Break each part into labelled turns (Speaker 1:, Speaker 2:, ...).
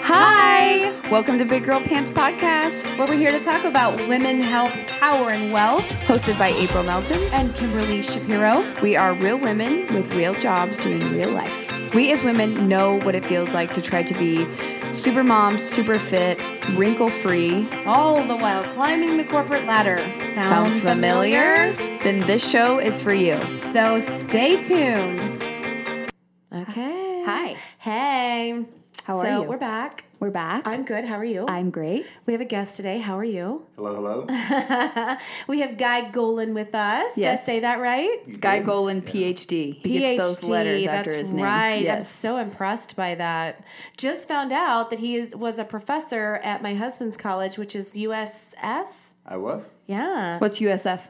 Speaker 1: Hi. Welcome to Big Girl Pants Podcast,
Speaker 2: where we're here to talk about women, health, power, and wealth.
Speaker 1: hosted by April Melton.
Speaker 2: And Kimberly Shapiro.
Speaker 1: We are real women with real jobs doing real life. We as women know what it feels like to try to be super mom, super fit, wrinkle free.
Speaker 2: All the while climbing the corporate ladder.
Speaker 1: Sound familiar? Then this show is for you.
Speaker 2: So stay tuned.
Speaker 1: Okay.
Speaker 2: Hi. Hey.
Speaker 1: How
Speaker 2: so
Speaker 1: are you?
Speaker 2: We're back.
Speaker 1: We're back.
Speaker 2: I'm good. How are you?
Speaker 1: I'm great.
Speaker 2: we have a guest today. How are you?
Speaker 3: Hello, hello.
Speaker 2: we have Guy Golan with us. Did I
Speaker 1: Yes.
Speaker 2: say that right?
Speaker 3: You
Speaker 1: Guy
Speaker 3: good?
Speaker 1: Golan, PhD. He gets those letters
Speaker 2: that's
Speaker 1: after his name.
Speaker 2: Right. I'm
Speaker 1: Yes.
Speaker 2: so impressed by that. Just found out that he is, was a professor at my husband's college, which is USF.
Speaker 3: I was.
Speaker 2: Yeah.
Speaker 1: What's USF?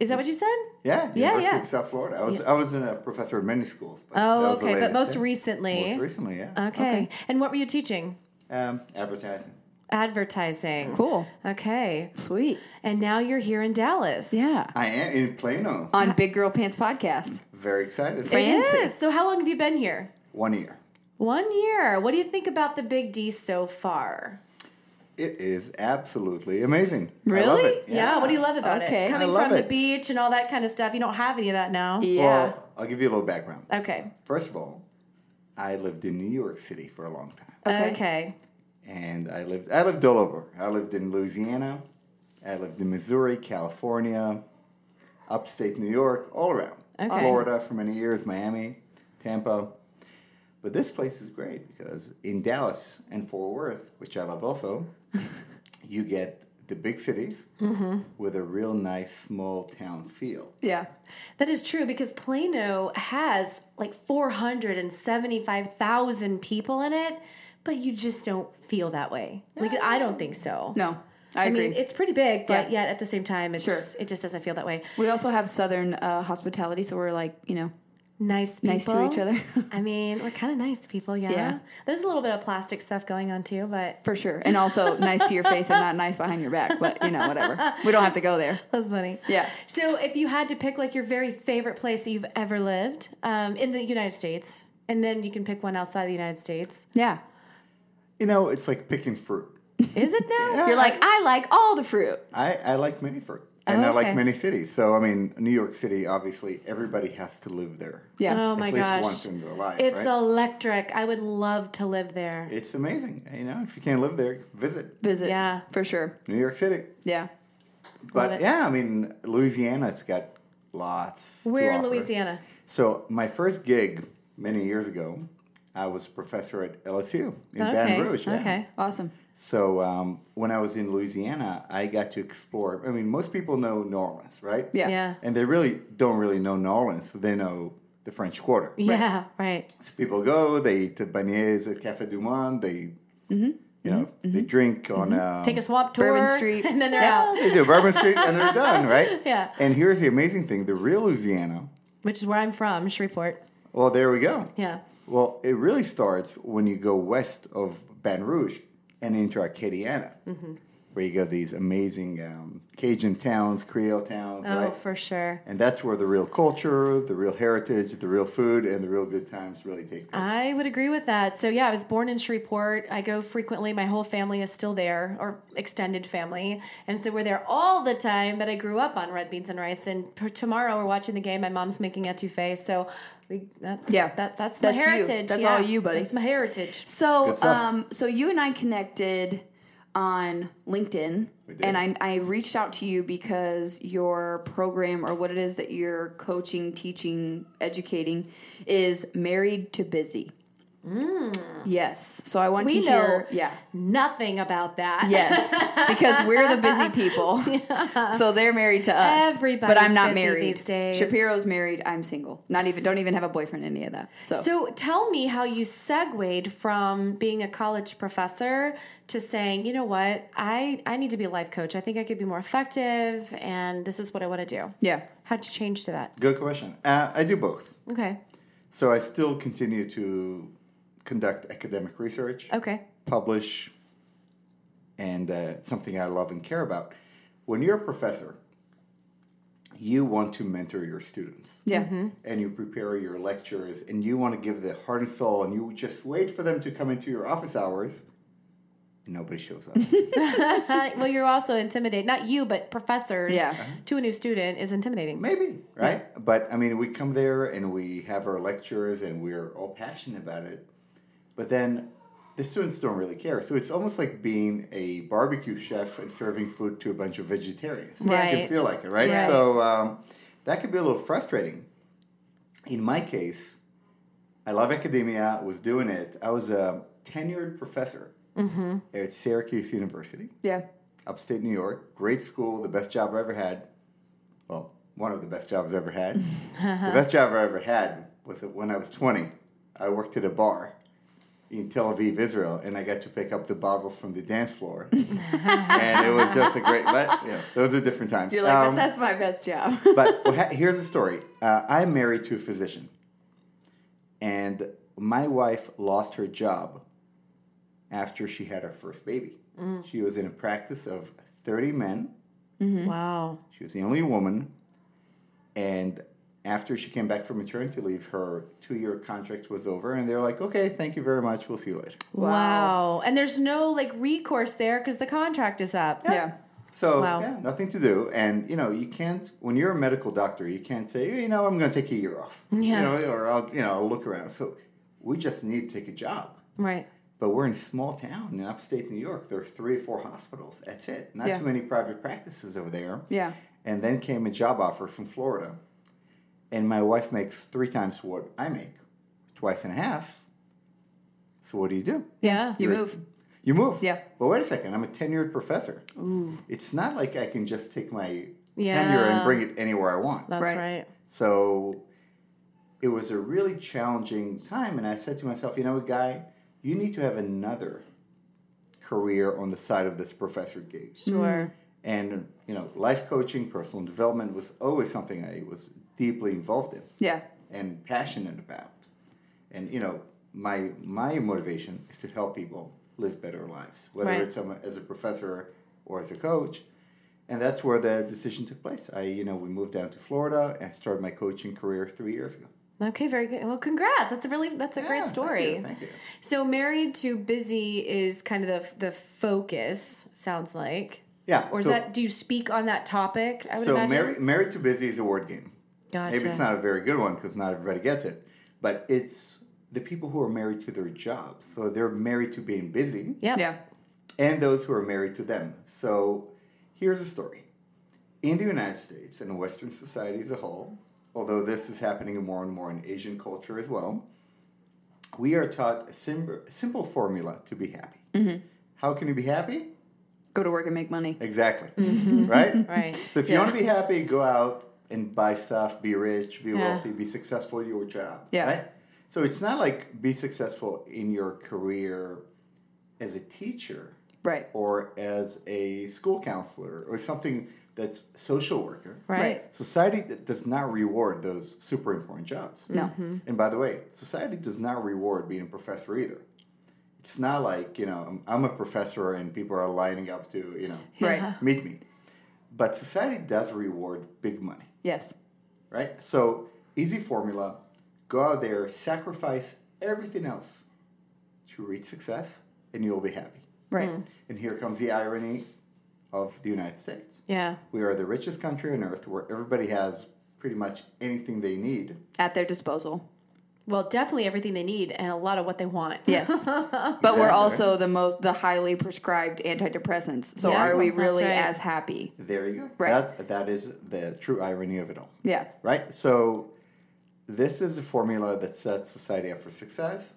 Speaker 2: Is that what you said?
Speaker 3: Yeah,
Speaker 2: Yeah,
Speaker 3: University
Speaker 2: yeah.
Speaker 3: of South Florida. I was. I was in a professor of many schools. But that
Speaker 2: Oh,
Speaker 3: was the
Speaker 2: okay. But
Speaker 3: latest,
Speaker 2: most
Speaker 3: yeah.
Speaker 2: recently.
Speaker 3: Most recently, yeah.
Speaker 2: Okay.
Speaker 1: Okay.
Speaker 2: And what were you teaching?
Speaker 3: Um, advertising.
Speaker 2: Advertising.
Speaker 1: Cool.
Speaker 2: Okay.
Speaker 1: Sweet.
Speaker 2: And now you're here in Dallas.
Speaker 1: Yeah.
Speaker 3: I am in
Speaker 2: Oh.
Speaker 3: Plano.
Speaker 1: On Big Girl Pants Podcast.
Speaker 3: Very excited. For
Speaker 2: It
Speaker 1: Fancy.
Speaker 2: is. So how long have you been here?
Speaker 3: One year.
Speaker 2: One year. What do you think about the Big D so far?
Speaker 3: It is absolutely amazing. I love
Speaker 1: Really?
Speaker 3: it.
Speaker 2: Yeah. what do you love about
Speaker 1: Okay. I
Speaker 2: it? Coming
Speaker 3: love
Speaker 2: from the
Speaker 3: it.
Speaker 2: beach and all that kind of stuff. You don't have any of that now.
Speaker 1: Yeah.
Speaker 3: Well, I'll give you a little background.
Speaker 2: Okay.
Speaker 3: First of all, I lived in New York City for a long time,
Speaker 1: Okay.
Speaker 2: okay.
Speaker 3: and I lived. I lived all over. I lived in Louisiana. I lived in Missouri, California, upstate New York, all around.
Speaker 2: Okay.
Speaker 3: Florida for many years, Miami, Tampa. But this place is great because in Dallas and Fort Worth, which I love also, you get the big cities
Speaker 2: Mm-hmm.
Speaker 3: with a real nice small town feel.
Speaker 1: yeah.
Speaker 2: That is true because Plano has like 475,000 people in it, but you just don't feel that way. Like, I don't think so.
Speaker 1: Mm. No. I,
Speaker 2: I
Speaker 1: agree.
Speaker 2: mean, it's pretty big, but
Speaker 1: Yeah.
Speaker 2: yet at the same time, it's
Speaker 1: Sure.
Speaker 2: it just doesn't feel that way.
Speaker 1: We also have southern uh, hospitality, so we're like, you know,
Speaker 2: Nice people.
Speaker 1: nice to each other
Speaker 2: I mean, we're kind of nice people, yeah.
Speaker 1: Yeah.
Speaker 2: There's a little bit of plastic stuff going on too, but
Speaker 1: for sure. And also nice to your face and not nice behind your back, but you know, whatever. We don't have to go there.
Speaker 2: that's funny.
Speaker 1: Yeah.
Speaker 2: So, if you had to pick like your very favorite place that you've ever lived um, in the United States, and then you can pick one outside the United States,
Speaker 1: Yeah.
Speaker 3: You know, it's like picking fruit.
Speaker 2: is it now?
Speaker 3: Yeah,
Speaker 1: You're like, I like all the fruit.
Speaker 3: I, I like many fruit. And
Speaker 2: Oh,
Speaker 3: I
Speaker 2: okay.
Speaker 3: like many cities. So, I mean, New York City, obviously, everybody has to live there.
Speaker 1: Yeah.
Speaker 2: Oh my
Speaker 3: at least
Speaker 2: gosh.
Speaker 3: once in their life.
Speaker 2: It's
Speaker 3: right?
Speaker 2: electric. I would love to live there.
Speaker 3: It's amazing. You know, if you can't live there, visit
Speaker 1: Visit.
Speaker 2: Yeah.
Speaker 1: For sure.
Speaker 3: New York City.
Speaker 1: Yeah.
Speaker 2: it.
Speaker 3: But yeah, I mean, Louisiana's got lots. to
Speaker 2: We're in
Speaker 3: offer.
Speaker 2: Louisiana.
Speaker 3: So my first gig many years ago, I was a professor at LSU in
Speaker 2: Okay.
Speaker 3: Baton Rouge. yeah.
Speaker 2: Okay.
Speaker 1: Awesome.
Speaker 3: So um, when I was in Louisiana, I got to explore. I mean, most people know New Orleans, right?
Speaker 1: Yeah.
Speaker 2: Yeah.
Speaker 3: And they really don't really know New Orleans. They know the French Quarter.
Speaker 2: Yeah. Right.
Speaker 3: So people go, they eat the beignets at Cafe du Monde, they, you know, they drink on. Um,
Speaker 2: Mm-hmm. Take a swamp tour.
Speaker 1: Bourbon Street.
Speaker 2: And then they're
Speaker 1: Yeah.
Speaker 2: out,
Speaker 3: they do Bourbon Street and they're done, right?
Speaker 2: Yeah.
Speaker 3: And here's the amazing thing the real Louisiana,
Speaker 2: which is where I'm from, Shreveport.
Speaker 3: well, there we go.
Speaker 2: Yeah.
Speaker 3: Well, it really starts when you go west of Baton Rouge and into Acadiana,
Speaker 2: Mm-hmm.
Speaker 3: where you got these amazing um, Cajun towns, Creole towns,
Speaker 2: Oh,
Speaker 3: right?
Speaker 2: for sure.
Speaker 3: and that's where the real culture, the real heritage, the real food, and the real good times really take place.
Speaker 2: I would agree with that. So yeah, I was born in Shreveport. I go frequently. My whole family is still there, or extended family, and so we're there all the time. But I grew up on red beans and rice. And per- tomorrow we're watching the game. My mom's making etouffee, so we that's,
Speaker 1: Yeah.
Speaker 2: that that's my
Speaker 1: That's you.
Speaker 2: heritage.
Speaker 1: That's
Speaker 2: Yeah.
Speaker 1: all you, buddy.
Speaker 2: That's my heritage.
Speaker 1: So,
Speaker 3: Good stuff.
Speaker 1: um, so you and I connected on LinkedIn,
Speaker 3: We did.
Speaker 1: and I, I reached out to you because your program or what it is that you're coaching, teaching, educating is married to busy. Mm. Yes. So I want
Speaker 2: We
Speaker 1: to
Speaker 2: know.
Speaker 1: hear. Yeah.
Speaker 2: Nothing about that.
Speaker 1: Yes. because we're the busy people. So they're married to us. but I'm
Speaker 2: Everybody's
Speaker 1: not
Speaker 2: busy
Speaker 1: married
Speaker 2: these days.
Speaker 1: Shapiro's married. I'm single. Not even. Don't even have a boyfriend. Any of that. So.
Speaker 2: So tell me how you segued from being a college professor to saying, you know what, I, I need to be a life coach. I think I could be more effective, and this is what I want to do.
Speaker 1: yeah.
Speaker 2: How'd you change to that?
Speaker 3: Good question. Uh, I do both.
Speaker 2: Okay.
Speaker 3: So I still continue to conduct academic research.
Speaker 2: Okay.
Speaker 3: publish, and uh, it's something I love and care about. When you're a professor, you want to mentor your students
Speaker 1: Yeah.
Speaker 3: and you prepare your lectures and you want to give the heart and soul and you just wait for them to come into your office hours and nobody shows up.
Speaker 2: well, you're also intimidated. Not you, but professors
Speaker 1: Yeah.
Speaker 2: to a new student is intimidating.
Speaker 3: Maybe, right? But I mean, we come there and we have our lectures and we're all passionate about it. But then the students don't really care. So it's almost like being a barbecue chef and serving food to a bunch of vegetarians. It
Speaker 2: Right.
Speaker 3: just feel like it, right?
Speaker 2: Right.
Speaker 3: So um, that could be a little frustrating. In my case, I love academia, was doing it. I was a tenured professor
Speaker 2: Mm-hmm.
Speaker 3: at Syracuse University
Speaker 1: Yeah.
Speaker 3: upstate New York, great school, the best job I ever had. Well, one of the best jobs I ever had. the best job I ever had was when I was 20. I worked at a bar in Tel Aviv, Israel, and I got to pick up the bottles from the dance floor. and it was just a great, but, you know, those are different times.
Speaker 1: You're like,
Speaker 3: Um,
Speaker 1: but that's my best job.
Speaker 3: but well, ha- here's the story. Uh, I'm married to a physician, and my wife lost her job after she had her first baby. She was in a practice of 30 men. Mm-hmm.
Speaker 2: Wow.
Speaker 3: She was the only woman, and after she came back from maternity leave, her two-year contract was over, and they're like, "Okay, thank you very much. We'll see you later."
Speaker 2: wow. And there's no like recourse there because the contract is up.
Speaker 1: yeah.
Speaker 3: So
Speaker 2: Oh, Wow.
Speaker 3: yeah, nothing to do, and you know you can't. When you're a medical doctor, you can't say, you know, I'm going to take a year off,
Speaker 2: Yeah.
Speaker 3: you know, or I'll, you know, I'll look around. So we just need to take a job.
Speaker 2: Right.
Speaker 3: But we're in a small town in upstate New York. There are three or four hospitals. That's it. Not
Speaker 1: Yeah.
Speaker 3: too many private practices over there.
Speaker 1: Yeah.
Speaker 3: And then came a job offer from Florida, and my wife makes three times what I make, twice and a half. So what do you do?
Speaker 2: Yeah.
Speaker 1: You
Speaker 3: You're-
Speaker 1: move.
Speaker 3: You move.
Speaker 1: Yeah.
Speaker 3: But wait a second, I'm a tenured professor. It's not like I can just take my
Speaker 2: Yeah.
Speaker 3: tenure and bring it anywhere I want.
Speaker 2: That's
Speaker 1: Right.
Speaker 2: right.
Speaker 3: So it was a really challenging time. And I said to myself, you know, guy, you need to have another career on the side of this professor gig.
Speaker 2: Sure.
Speaker 3: And, you know, life coaching, personal development was always something I was deeply involved in
Speaker 1: Yeah.
Speaker 3: and passionate about. And you know, my my motivation is to help people live better lives, whether
Speaker 2: Right.
Speaker 3: it's I'm a- as a professor or as a coach. And that's where the decision took place. I, you know, we moved down to Florida and started my coaching career three years ago.
Speaker 2: Okay. Very good. Well, congrats. That's a really that's a
Speaker 3: Yeah,
Speaker 2: great
Speaker 3: thank
Speaker 2: story.
Speaker 3: you, Thank you.
Speaker 2: So married to busy is kind of the the focus. Sounds like.
Speaker 3: Yeah.
Speaker 2: Or is
Speaker 3: so,
Speaker 2: that do you speak on that topic? I would
Speaker 3: so
Speaker 2: imagine.
Speaker 3: married, married to busy is a word game.
Speaker 2: gotcha.
Speaker 3: Maybe it's not a very good one because not everybody gets it, but it's the people who are married to their jobs. So they're married to being busy.
Speaker 2: Yep.
Speaker 1: Yeah.
Speaker 3: and those who are married to them. So here's a story. In the United States and Western society as a whole, although this is happening more and more in Asian culture as well, we are taught a sim- simple formula to be happy.
Speaker 1: Mm-hmm.
Speaker 3: How can you be happy?
Speaker 1: Go to work and make money.
Speaker 3: Exactly. Right?
Speaker 2: Right.
Speaker 3: So if
Speaker 1: Mm-hmm.
Speaker 3: you
Speaker 1: Yeah.
Speaker 3: want to be happy, go out and buy stuff, be rich, be
Speaker 2: Yeah.
Speaker 3: wealthy, be successful at your job.
Speaker 1: Yeah.
Speaker 3: Right? So it's not like be successful in your career as a teacher
Speaker 1: Right.
Speaker 3: or as a school counselor or something that's social worker.
Speaker 2: Right.
Speaker 1: Right.
Speaker 3: Society that does not reward those super important jobs. Mm-hmm.
Speaker 1: No.
Speaker 3: And by the way, society does not reward being a professor either. It's not like, you know, I'm, I'm a professor and people are lining up to, you know,
Speaker 1: Right.
Speaker 2: Yeah.
Speaker 3: meet me. But society does reward big money,
Speaker 1: Yes.
Speaker 3: right? So, easy formula go out there, sacrifice everything else to reach success, and you'll be happy.
Speaker 1: Right.
Speaker 2: Hmm.
Speaker 3: And here comes the irony of the United States.
Speaker 2: Yeah.
Speaker 3: We are the richest country on earth where everybody has pretty much anything they need.
Speaker 1: At their disposal.
Speaker 2: Well, definitely everything they need and a lot of what they want.
Speaker 1: Yes. but we're also the most the highly prescribed antidepressants. So
Speaker 2: Yeah,
Speaker 1: are we
Speaker 2: that's
Speaker 1: really
Speaker 2: right.
Speaker 1: as happy?
Speaker 3: There you go.
Speaker 1: Right.
Speaker 3: That's, that is the true irony of it all.
Speaker 1: Yeah.
Speaker 3: Right? So, this is a formula that sets society up for success.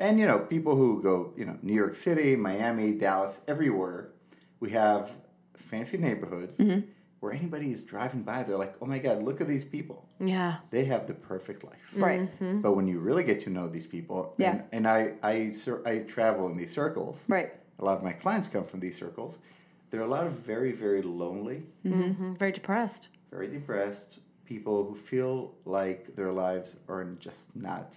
Speaker 3: And, you know, people who go, you know, New York City, Miami, Dallas, everywhere, we have fancy neighborhoods where anybody is driving by, they're like, oh my God, look at these people.
Speaker 2: Yeah.
Speaker 3: They have the perfect life.
Speaker 2: Mm-hmm.
Speaker 1: Right.
Speaker 3: But when you really get to know these people,
Speaker 1: Hmm. Yeah.
Speaker 3: and, and I, I, cir- I travel in these circles.
Speaker 1: Right.
Speaker 3: A lot of my clients come from these circles. There are a lot of very, very lonely,
Speaker 2: hmm Very depressed.
Speaker 3: very depressed people who feel like their lives are just not,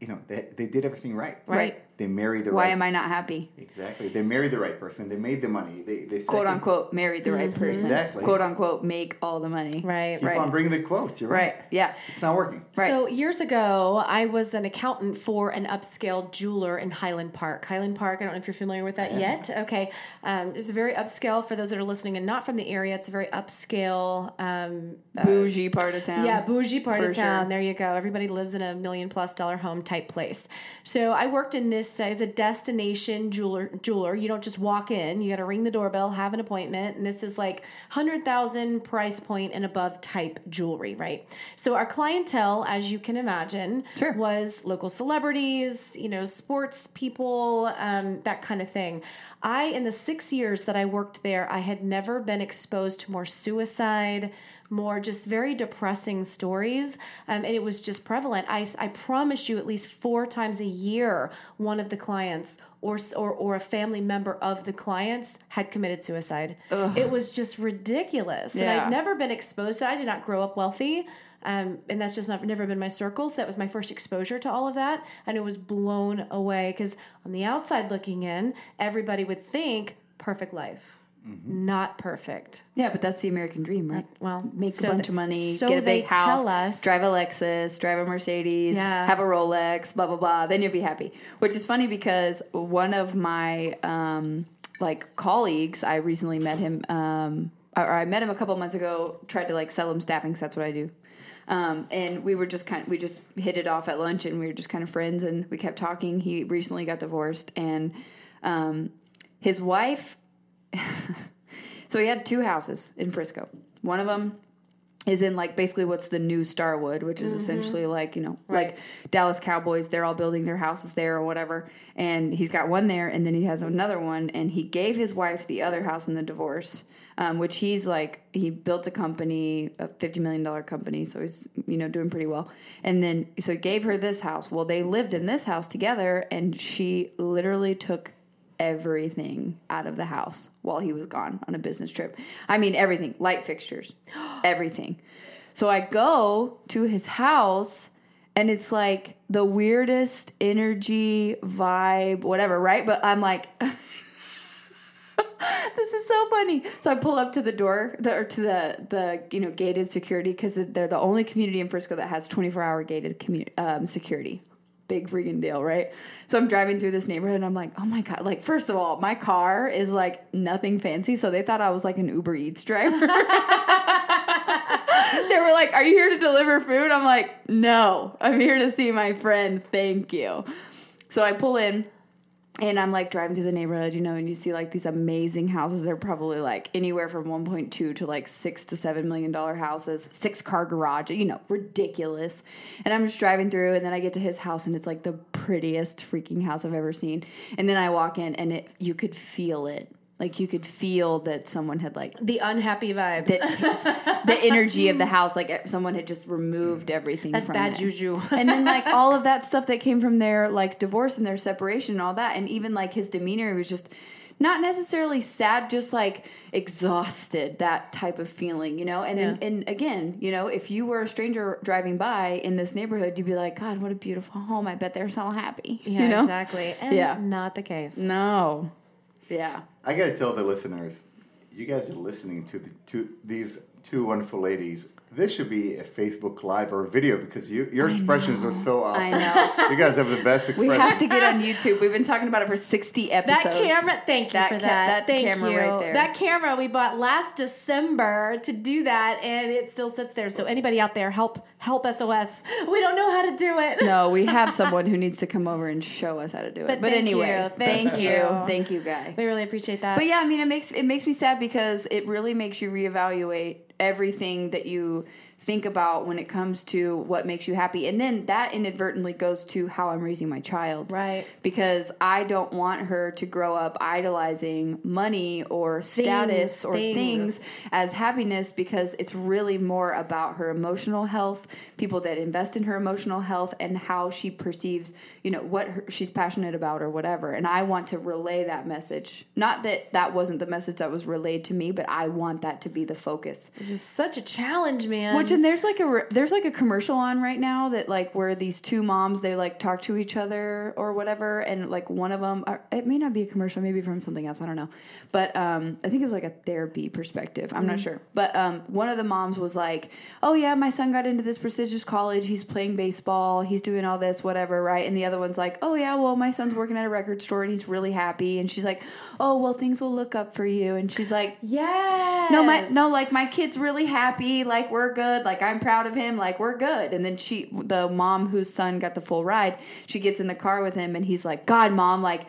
Speaker 3: you know, they, they did everything right.
Speaker 2: Right.
Speaker 1: Right.
Speaker 3: They married the
Speaker 1: Why
Speaker 3: right
Speaker 1: am I not happy?
Speaker 3: Exactly. They married the right person. They made the money. They, they
Speaker 1: Quote
Speaker 3: second-
Speaker 1: unquote, married the right person.
Speaker 3: Exactly.
Speaker 1: Quote unquote, make all the money.
Speaker 2: Mm-hmm. Right.
Speaker 3: Keep on bringing the quotes. You're right.
Speaker 1: Right. Yeah.
Speaker 3: It's not working.
Speaker 1: Right.
Speaker 2: So years ago, I was an accountant for an upscale jeweler in Highland Park. Highland Park. I don't know if you're familiar with that yet. Okay, um, it's very upscale for those that are listening and not from the area. It's a very upscale. Um,
Speaker 1: Bougie part of town.
Speaker 2: yeah, bougie part
Speaker 1: For
Speaker 2: of
Speaker 1: sure.
Speaker 2: town. There you go. Everybody lives in a million plus dollar home type place. So I worked in this uh, as a destination jeweler. Jeweler, you don't just walk in. You got to ring the doorbell, have an appointment, and this is like hundred thousand price point and above type jewelry, right? So our clientele, as you can imagine,
Speaker 1: Sure.
Speaker 2: was local celebrities, you know, sports people, um, that kind of thing. I, in the six years that I worked there, I had never been exposed to more suicide, more just very depressing stories. Um, and it was just prevalent. I, I promise you, at least four times a year, one of the clients or, s- or, or a family member of the clients had committed suicide. It was just ridiculous. And
Speaker 1: Yeah.
Speaker 2: I'd never been exposed to that. I did not grow up wealthy. Um, and that's just not, never been my circle. So that was my first exposure to all of that. And it was blown away because on the outside looking in, everybody would think perfect life. Not perfect.
Speaker 1: Yeah, but that's the American dream, right?
Speaker 2: Well,
Speaker 1: Make
Speaker 2: so
Speaker 1: a bunch
Speaker 2: th-
Speaker 1: of money,
Speaker 2: so
Speaker 1: get a big
Speaker 2: they
Speaker 1: house,
Speaker 2: tell us-
Speaker 1: drive a Lexus, drive a Mercedes,
Speaker 2: Yeah.
Speaker 1: have a Rolex, blah blah blah. Then you'll be happy. Which is funny because one of my um, like colleagues, I recently met him, um, or I met him a couple months ago. Tried to like sell him staffing. 'cause that's what I do. Um, and we were just kind we just hit it off at lunch, and we were just kind of friends, and we kept talking. He recently got divorced, and um, his wife so he had two houses in Frisco. One of them is in like basically what's the new Starwood, which is essentially like, you know, like Dallas Cowboys, they're all building their houses there or whatever. And he's got one there and then he has another one and he gave his wife the other house in the divorce. Um, which he's like he built a company, a fifty million dollar company, so he's you know doing pretty well. And then so he gave her this house. Well, they lived in this house together, and she literally took everything out of the house while he was gone on a business trip. I mean, everything light fixtures, everything. So I go to his house and it's like the weirdest energy, vibe, whatever, right? But I'm like, this is so funny. So I pull up to the door, the, or to the the you know gated security because they're the only community in Frisco that has 24 hour gated commu- um, security. Big freaking deal, right? So I'm driving through this neighborhood and I'm like, oh my god! Like first of all, my car is like nothing fancy, so they thought I was like an Uber Eats driver. they were like, "Are you here to deliver food?" I'm like, "No, I'm here to see my friend. Thank you." So I pull in and I'm like driving through the neighborhood, you know, and you see like these amazing houses. They're probably like anywhere from 1.2 to like 6 to 7 million dollar houses, six car garage, you know, ridiculous. And I'm just driving through and then I get to his house and it's like the prettiest freaking house I've ever seen. And then I walk in and it you could feel it. Like you could feel that someone had like
Speaker 2: The unhappy vibes.
Speaker 1: that takes the energy of the house. Like someone had just removed everything.
Speaker 2: That's
Speaker 1: from
Speaker 2: bad
Speaker 1: it.
Speaker 2: juju.
Speaker 1: and then like all of that stuff that came from their like divorce and their separation and all that, and even like his demeanor was just not necessarily sad, just like exhausted. That type of feeling, you know. And and, and again, you know, if you were a stranger driving by in this neighborhood, you'd be like, God, what a beautiful home. I bet they're so happy.
Speaker 2: yeah,
Speaker 1: you know?
Speaker 2: exactly. And
Speaker 1: Yeah.
Speaker 2: not the case.
Speaker 1: No. Yeah.
Speaker 3: I got to tell the listeners, you guys are listening to the two these two wonderful ladies. This should be a Facebook Live or a video because you, your expressions are so awesome.
Speaker 1: I know.
Speaker 3: You guys have the best
Speaker 1: We
Speaker 3: expressions.
Speaker 1: have to get on YouTube. We've been talking about it for 60
Speaker 2: That
Speaker 1: episodes.
Speaker 2: camera, thank you
Speaker 1: That
Speaker 2: for
Speaker 1: ca-
Speaker 2: that.
Speaker 1: that
Speaker 2: thank
Speaker 1: camera
Speaker 2: you.
Speaker 1: right there.
Speaker 2: That camera we bought last December to do that, and it still sits there. So anybody out there, help, help SOS. We don't know how to do it.
Speaker 1: No, we have someone who needs to come over and show us how to do it. But,
Speaker 2: But thank
Speaker 1: anyway,
Speaker 2: you. Thank
Speaker 1: thank you.
Speaker 2: you.
Speaker 1: Thank you, guy.
Speaker 2: We really appreciate that.
Speaker 1: But yeah, I mean, it makes it makes me sad because it really makes you reevaluate everything that you think about when it comes to what makes you happy, and then that inadvertently goes to how I'm raising my child,
Speaker 2: Right.
Speaker 1: Because I don't want her to grow up idolizing money or status or
Speaker 2: things.
Speaker 1: things as happiness because it's really more about her emotional health, people that invest in her emotional health, and how she perceives, you know, what her, she's passionate about or whatever. And I want to relay that message. Not that that wasn't the message that was relayed to me, but I want that to be the focus.
Speaker 2: Which is such a challenge, man.
Speaker 1: Which Christian, there's like a re- there's like a commercial on right now that like where these two moms they like talk to each other or whatever, and like one of them it may not be a commercial, maybe from something else, I don't know, but um, I think it was like a therapy perspective. I'm not sure, but um, one of the moms was like, "Oh yeah, my son got into this prestigious college. He's playing baseball. He's doing all this, whatever, right?" And the other one's like, "Oh yeah, well my son's working at a record store and he's really happy." And she's like, "Oh well, things will look up for you." And she's like,
Speaker 2: Yeah.
Speaker 1: no my no like my kid's really happy like we're good like i'm proud of him like we're good and then she the mom whose son got the full ride she gets in the car with him and he's like god mom like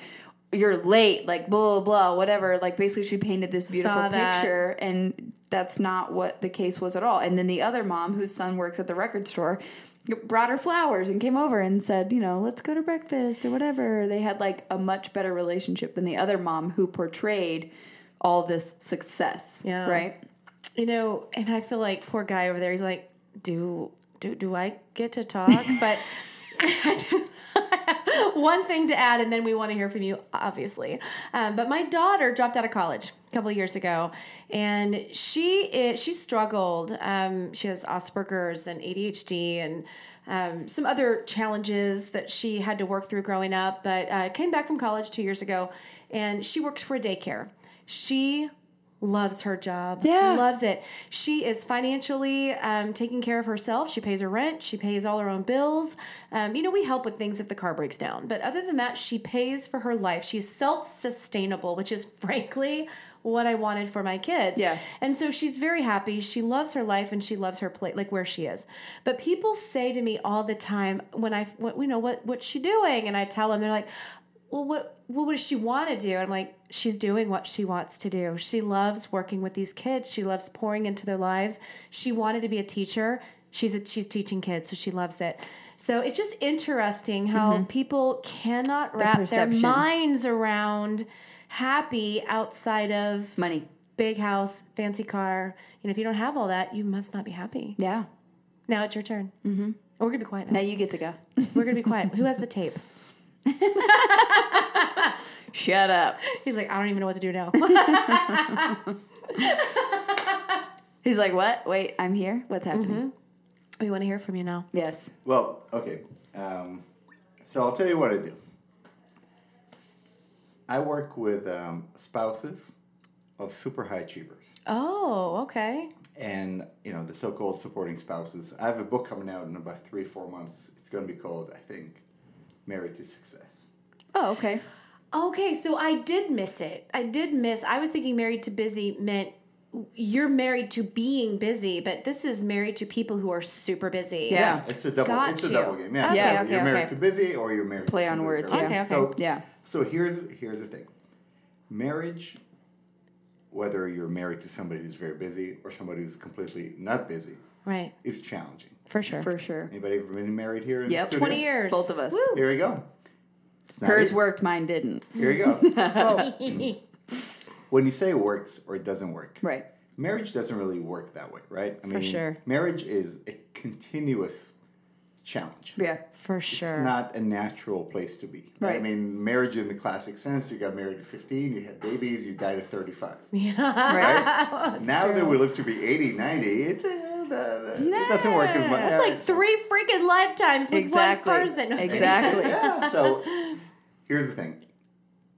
Speaker 1: you're late like blah blah blah whatever like basically she painted this beautiful
Speaker 2: Saw that.
Speaker 1: picture and that's not what the case was at all and then the other mom whose son works at the record store brought her flowers and came over and said you know let's go to breakfast or whatever they had like a much better relationship than the other mom who portrayed all this success
Speaker 2: Yeah.
Speaker 1: right
Speaker 2: You know, and I feel like poor guy over there. He's like, do do do I get to talk? But one thing to add, and then we want to hear from you, obviously. Um, but my daughter dropped out of college a couple of years ago, and she is, she struggled. Um, she has Asperger's and ADHD and um, some other challenges that she had to work through growing up. But uh, came back from college two years ago, and she works for a daycare. She loves her job.
Speaker 1: Yeah.
Speaker 2: Loves it. She is financially um, taking care of herself. She pays her rent. She pays all her own bills. Um, you know, we help with things if the car breaks down. But other than that, she pays for her life. She's self sustainable, which is frankly what I wanted for my kids.
Speaker 1: Yeah.
Speaker 2: And so she's very happy. She loves her life and she loves her plate, like where she is. But people say to me all the time when I, what, you know, what what's she doing? And I tell them, they're like, well, what what does she want to do? And I'm like, she's doing what she wants to do. She loves working with these kids. She loves pouring into their lives. She wanted to be a teacher. She's a, she's teaching kids, so she loves it. So it's just interesting how people cannot wrap their
Speaker 1: perception.
Speaker 2: minds around happy outside of
Speaker 1: money
Speaker 2: big house, fancy car. You know, if you don't have all that, you must not be happy.
Speaker 1: yeah
Speaker 2: Now it's your turn. Mm-hmm. We're gonna be quiet.
Speaker 1: now
Speaker 2: Now.
Speaker 1: you get to go
Speaker 2: We're gonna be quiet. Who has the tape?
Speaker 1: shut up
Speaker 2: He's like, I don't even know what to do now.
Speaker 1: he's like what wait i'm here what's happening
Speaker 2: we want to hear from you now.
Speaker 1: yes
Speaker 3: Well, okay. Um, so I'll tell you what I do. I work with um, spouses of super high achievers,
Speaker 2: Oh, okay.
Speaker 3: and you know the so-called supporting spouses. I have a book coming out in about three, four months. It's going to be called, I think, "Married to Success."
Speaker 1: oh okay
Speaker 2: Okay, so I did miss it. I did miss. I was thinking married to busy meant you're married to being busy, but this is married to people who are super busy.
Speaker 1: Yeah.
Speaker 3: It's a double.
Speaker 2: Got
Speaker 3: it's a
Speaker 2: you.
Speaker 3: double game. Yeah.
Speaker 2: Okay,
Speaker 3: yeah.
Speaker 1: okay,
Speaker 3: you're married
Speaker 1: okay.
Speaker 3: to busy, or you're married.
Speaker 1: Play
Speaker 3: to
Speaker 1: on
Speaker 3: somebody
Speaker 1: words,
Speaker 3: very
Speaker 1: yeah.
Speaker 3: busy.
Speaker 2: Okay, okay.
Speaker 3: So-
Speaker 1: yeah
Speaker 3: So here's here's the thing. Marriage, whether you're married to somebody who's very busy or somebody who's completely not busy,
Speaker 2: Right.
Speaker 3: is challenging.
Speaker 2: For sure.
Speaker 1: for sure
Speaker 3: Anybody ever been married here? In
Speaker 1: Yep.
Speaker 3: the studio?
Speaker 2: 20 years.
Speaker 1: both of us
Speaker 2: Woo.
Speaker 3: Here we go. It's not
Speaker 1: hers
Speaker 3: easy.
Speaker 1: worked mine didn't
Speaker 3: Here we go. well, when you say it works or it doesn't work,
Speaker 1: right
Speaker 3: marriage doesn't really work that way, right? I mean,
Speaker 2: sure.
Speaker 3: marriage is a continuous challenge.
Speaker 1: yeah
Speaker 2: For sure.
Speaker 3: It's not a natural place to be.
Speaker 1: Right.
Speaker 3: I mean, marriage in the classic sense, you got married at 15, you had babies, you died at 35.
Speaker 2: yeah.
Speaker 1: right
Speaker 3: now that we live to be 80, 90, it, uh, the- the- it doesn't work as much.
Speaker 2: That's like three freaking lifetimes with
Speaker 1: exactly
Speaker 2: one person.
Speaker 1: exactly
Speaker 3: yeah, so here's the thing.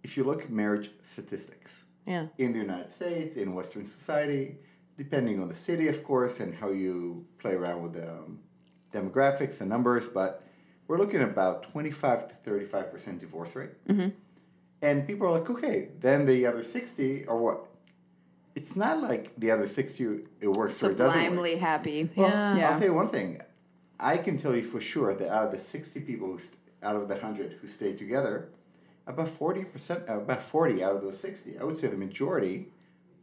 Speaker 3: If you look at marriage statistics
Speaker 2: Yeah.
Speaker 3: in the United States, in Western society, depending on the city, of course, and how you play around with the um, demographics and numbers, but we're looking at about 25 to 35% divorce rate. And people are like, okay, then the other 60 or what? It's not like the other 60 it works or it doesn't work.
Speaker 1: sublimely happy
Speaker 3: Well,
Speaker 1: Yeah.
Speaker 3: I'll tell you one thing. I can tell you for sure that out of the 60 people, who st- out of the 100 who stayed together, about 40%, uh, about 40 out of those 60, I would say the majority,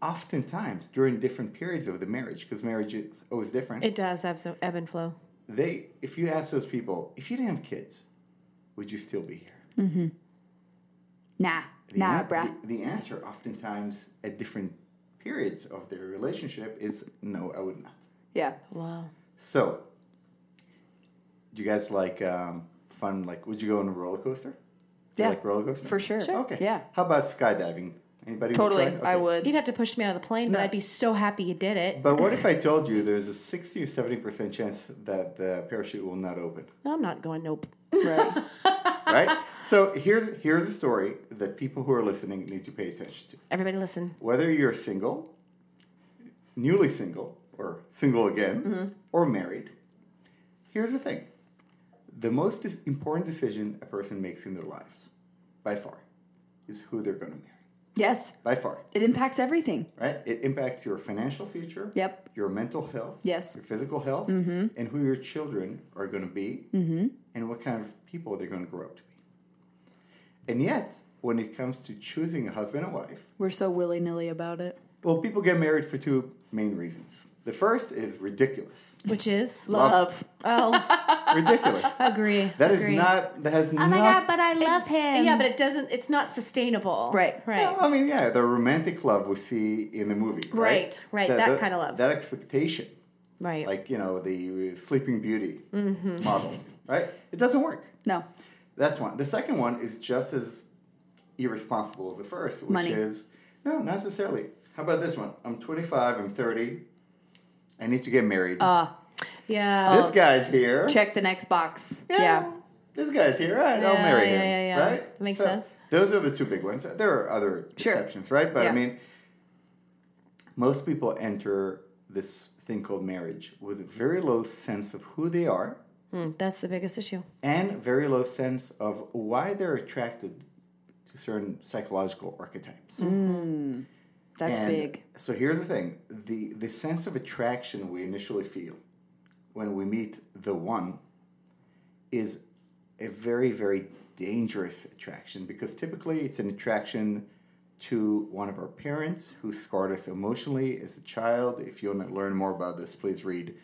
Speaker 3: oftentimes during different periods of the marriage, because marriage is always different.
Speaker 2: It does have some ebb and flow.
Speaker 3: they, if you ask those people, if you didn't have kids, would you still be here?
Speaker 1: nah
Speaker 3: The
Speaker 1: nah
Speaker 3: an-
Speaker 1: bruh
Speaker 3: The, the answer, oftentimes at different periods of their relationship, is no, I would not.
Speaker 1: yeah
Speaker 2: Wow.
Speaker 3: So, do you guys like um, fun? Like, would you go on a roller coaster? Do you
Speaker 1: Yeah.
Speaker 3: like roller coaster?
Speaker 1: for sure
Speaker 3: Okay.
Speaker 1: yeah
Speaker 3: How about skydiving? Anybody?
Speaker 1: Totally,
Speaker 3: Would try?
Speaker 1: I
Speaker 3: Okay.
Speaker 1: would.
Speaker 2: You'd have to push me out of the plane, but
Speaker 3: No.
Speaker 2: I'd be so happy you did it.
Speaker 3: But what if I told you there's a 60 or 70% chance that the parachute will not open?
Speaker 2: No, I'm not going. Nope.
Speaker 1: Right.
Speaker 3: Right? so here's here's a story that people who are listening need to pay attention to.
Speaker 2: Everybody, listen.
Speaker 3: Whether you're single, newly single, or single again,
Speaker 1: Mm-hmm.
Speaker 3: or married, here's the thing. The most dis- important decision a person makes in their lives, by far, is who they're going to marry.
Speaker 1: yes,
Speaker 3: By far,
Speaker 1: it impacts everything.
Speaker 3: right? It impacts your financial future.
Speaker 1: Yep.
Speaker 3: your mental health,
Speaker 1: Yes. Mm-hmm.
Speaker 3: your physical health, and who your children are going to be, and what kind of people they're going to grow up to be. And yet, when it comes to choosing a husband and wife,
Speaker 1: We're so willy nilly about it.
Speaker 3: well, people get married for two main reasons. The first is ridiculous,
Speaker 2: Which is
Speaker 1: Love.
Speaker 2: oh,
Speaker 3: ridiculous.
Speaker 2: agree.
Speaker 3: That is
Speaker 2: agree.
Speaker 3: not. That has
Speaker 2: Oh
Speaker 3: nothing.
Speaker 2: my
Speaker 3: not.
Speaker 2: god! But I love him. Yeah,
Speaker 1: him.
Speaker 2: but it doesn't. It's not sustainable.
Speaker 1: Right.
Speaker 2: Right.
Speaker 3: No, I mean, yeah, the romantic love we see in the movie, right?
Speaker 2: Right, right, that kind of love.
Speaker 3: that expectation,
Speaker 2: Right.
Speaker 3: like you know, the Sleeping Beauty
Speaker 2: Mm-hmm.
Speaker 3: model, right? It doesn't work.
Speaker 1: No.
Speaker 3: That's one. The second one is just as irresponsible as the first, which
Speaker 1: Money.
Speaker 3: is no, not necessarily. How about this one? I'm 25. I'm 30. I need to get married.
Speaker 1: Uh,
Speaker 2: yeah. Oh,
Speaker 3: this guy's here.
Speaker 1: check the next box. Yeah.
Speaker 3: This guy's here. All right, I'll
Speaker 2: Yeah,
Speaker 3: marry
Speaker 2: yeah,
Speaker 3: him.
Speaker 2: yeah, yeah.
Speaker 3: Right.
Speaker 2: Makes sense.
Speaker 3: Those are the two big ones. There are other
Speaker 1: Sure.
Speaker 3: exceptions, right? But
Speaker 1: Yeah.
Speaker 3: I mean, most people enter this thing called marriage with a very low sense of who they are
Speaker 2: Mm, that's the biggest issue.
Speaker 3: and very low sense of why they're attracted to certain psychological archetypes.
Speaker 1: That's
Speaker 3: And
Speaker 1: big.
Speaker 3: So here's the thing: the the sense of attraction we initially feel when we meet the one is a very very dangerous attraction because typically it's an attraction to one of our parents who scarred us emotionally as a child. If you want to learn more about this, please read.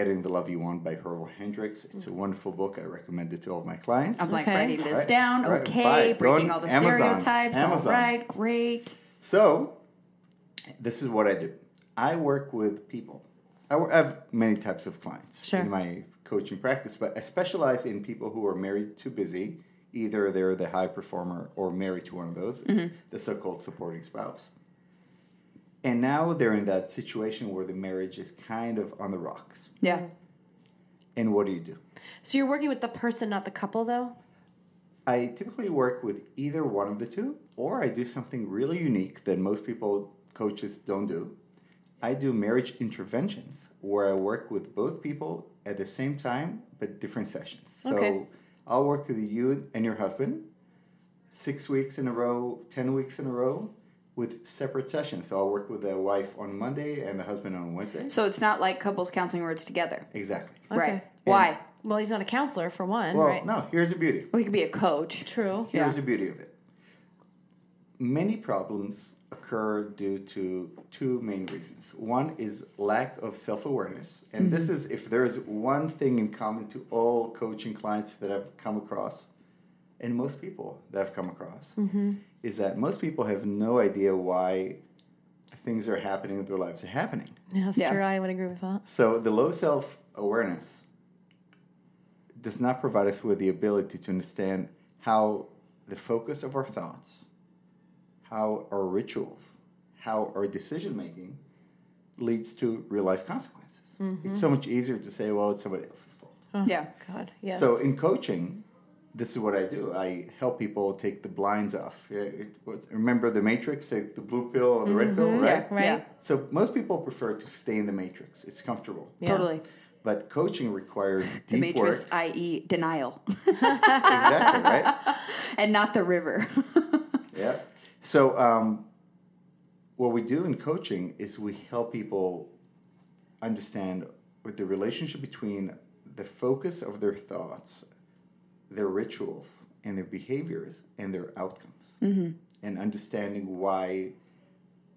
Speaker 3: Getting the Love You Want by Herval Hendricks. It's a wonderful book. I recommend it to all my clients.
Speaker 1: I'm like
Speaker 2: Okay.
Speaker 1: writing this
Speaker 3: Right.
Speaker 1: down.
Speaker 3: Right.
Speaker 1: Okay.
Speaker 3: Buy it. Go
Speaker 1: Breaking
Speaker 3: on
Speaker 1: all the
Speaker 3: Amazon.
Speaker 1: stereotypes. All
Speaker 3: Amazon.
Speaker 1: right. Great.
Speaker 3: So, this is what I do. I work with people. I, wor- I have many types of clients
Speaker 2: Sure.
Speaker 3: in my coaching practice, but I specialize in people who are married to busy. Either they're the high performer or married to one of those, the so called supporting spouse. And now they're in that situation where the marriage is kind of on the rocks.
Speaker 1: Yeah.
Speaker 3: And what do you do?
Speaker 2: So you're working with the person, not the couple, though.
Speaker 3: I typically work with either one of the two, or I do something really unique that most people, coaches, don't do. I do marriage interventions where I work with both people at the same time, but different sessions. So
Speaker 2: Okay.
Speaker 3: I'll work with you and your husband six weeks in a row, 10 weeks in a row with separate sessions. So I'll work with the wife on Monday and the husband on Wednesday.
Speaker 1: So it's not like couples counseling where it's together.
Speaker 3: Exactly.
Speaker 2: Okay.
Speaker 1: Right. Why?
Speaker 2: Well, he's not a counselor for one,
Speaker 3: Well,
Speaker 2: right?
Speaker 3: no, here's the beauty.
Speaker 1: Well, he could be a coach.
Speaker 2: True.
Speaker 1: Yeah.
Speaker 3: Here's the beauty of it. Many problems occur due to two main reasons. One is lack of self awareness. And this is if there is one thing in common to all coaching clients that I've come across, and most people that I've come across, is that most people have no idea why things are happening in their lives are happening.
Speaker 2: Yeah, that's
Speaker 1: Yeah.
Speaker 2: true. I would agree with that.
Speaker 3: So the low self awareness does not provide us with the ability to understand how the focus of our thoughts, how our rituals, how our decision making leads to real life consequences. It's so much easier to say, well, it's somebody else's fault.
Speaker 2: Oh,
Speaker 1: Yeah.
Speaker 2: God. Yes.
Speaker 3: So in coaching, this is what I do. I help people take the blinds off. Yeah, it- what's- remember the matrix, take the blue pill or the red pill,
Speaker 1: Yeah,
Speaker 3: right?
Speaker 2: Right.
Speaker 1: yeah.
Speaker 3: So most people prefer to stay in the matrix. It's comfortable.
Speaker 2: Yeah.
Speaker 1: Totally.
Speaker 3: But coaching requires
Speaker 1: The
Speaker 3: deep
Speaker 1: matrix,
Speaker 3: work.
Speaker 1: i.e., denial,
Speaker 3: exactly, right?
Speaker 1: and not the river.
Speaker 3: Yeah. So um, what we do in coaching is we help people understand what the relationship between the focus of their thoughts, their rituals, and their behaviors and their outcomes,
Speaker 1: Mm-hmm.
Speaker 3: and understanding why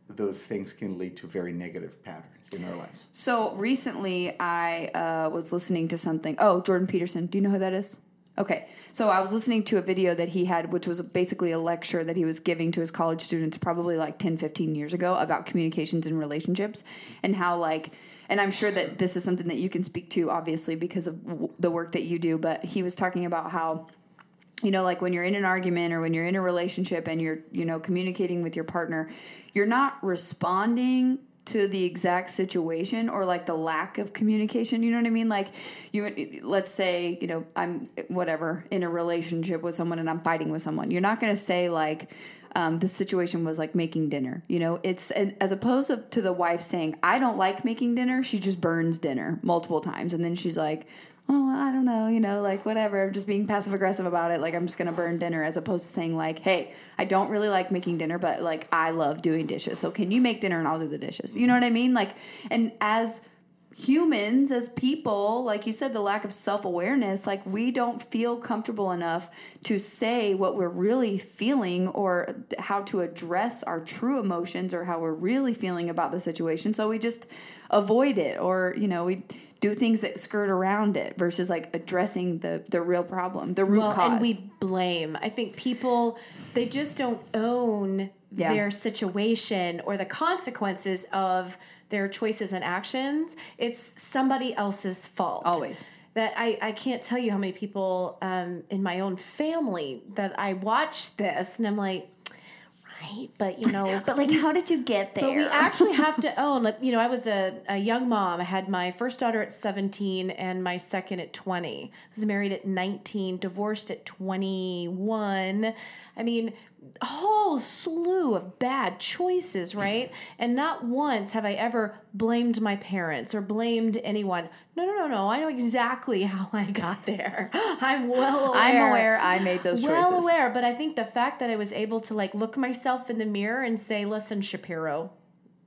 Speaker 3: those things can lead to very negative patterns in our lives.
Speaker 1: So recently, I uh, was listening to something. Oh, Jordan Peterson. Do you know who that is? Okay. So I was listening to a video that he had, which was basically a lecture that he was giving to his college students probably like 10, 15 years ago about communications and relationships and how, like, and I'm sure that this is something that you can speak to, obviously, because of w- the work that you do, but he was talking about how you know like when you're in an argument or when you're in a relationship and you're you know communicating with your partner you're not responding to the exact situation or like the lack of communication you know what i mean like you let's say you know i'm whatever in a relationship with someone and i'm fighting with someone you're not going to say like um, the situation was like making dinner you know it's and as opposed to the wife saying i don't like making dinner she just burns dinner multiple times and then she's like oh, I don't know, you know, like whatever. I'm just being passive aggressive about it. Like I'm just gonna burn dinner, as opposed to saying like, hey, I don't really like making dinner, but like I love doing dishes. So can you make dinner and I'll do the dishes? You know what I mean? Like, and as humans as people like you said the lack of self-awareness like we don't feel comfortable enough to say what we're really feeling or how to address our true emotions or how we're really feeling about the situation so we just avoid it or you know we do things that skirt around it versus like addressing the the real problem the root
Speaker 2: well,
Speaker 1: cause
Speaker 2: and we blame. I think people they just don't own
Speaker 1: Yeah.
Speaker 2: their situation or the consequences of their choices and actions. It's somebody else's fault.
Speaker 1: Always.
Speaker 2: That I, I can't tell you how many people um, in my own family that I watch this and I'm like, right, but you know,
Speaker 1: but like how did you get there
Speaker 2: but we actually have to own, like, you know, I was a, a young mom. I had my first daughter at 17 and my second at 20. I was married at 19, divorced at 21. I mean, a whole slew of bad choices, right? and not once have I ever blamed my parents or blamed anyone. No, no, no, no. I know exactly how I got there. I'm well aware.
Speaker 1: i'm aware i made those
Speaker 2: Well
Speaker 1: choices
Speaker 2: aware, but I think the fact that I was able to like look myself in the mirror and say, "Listen, Shapiro."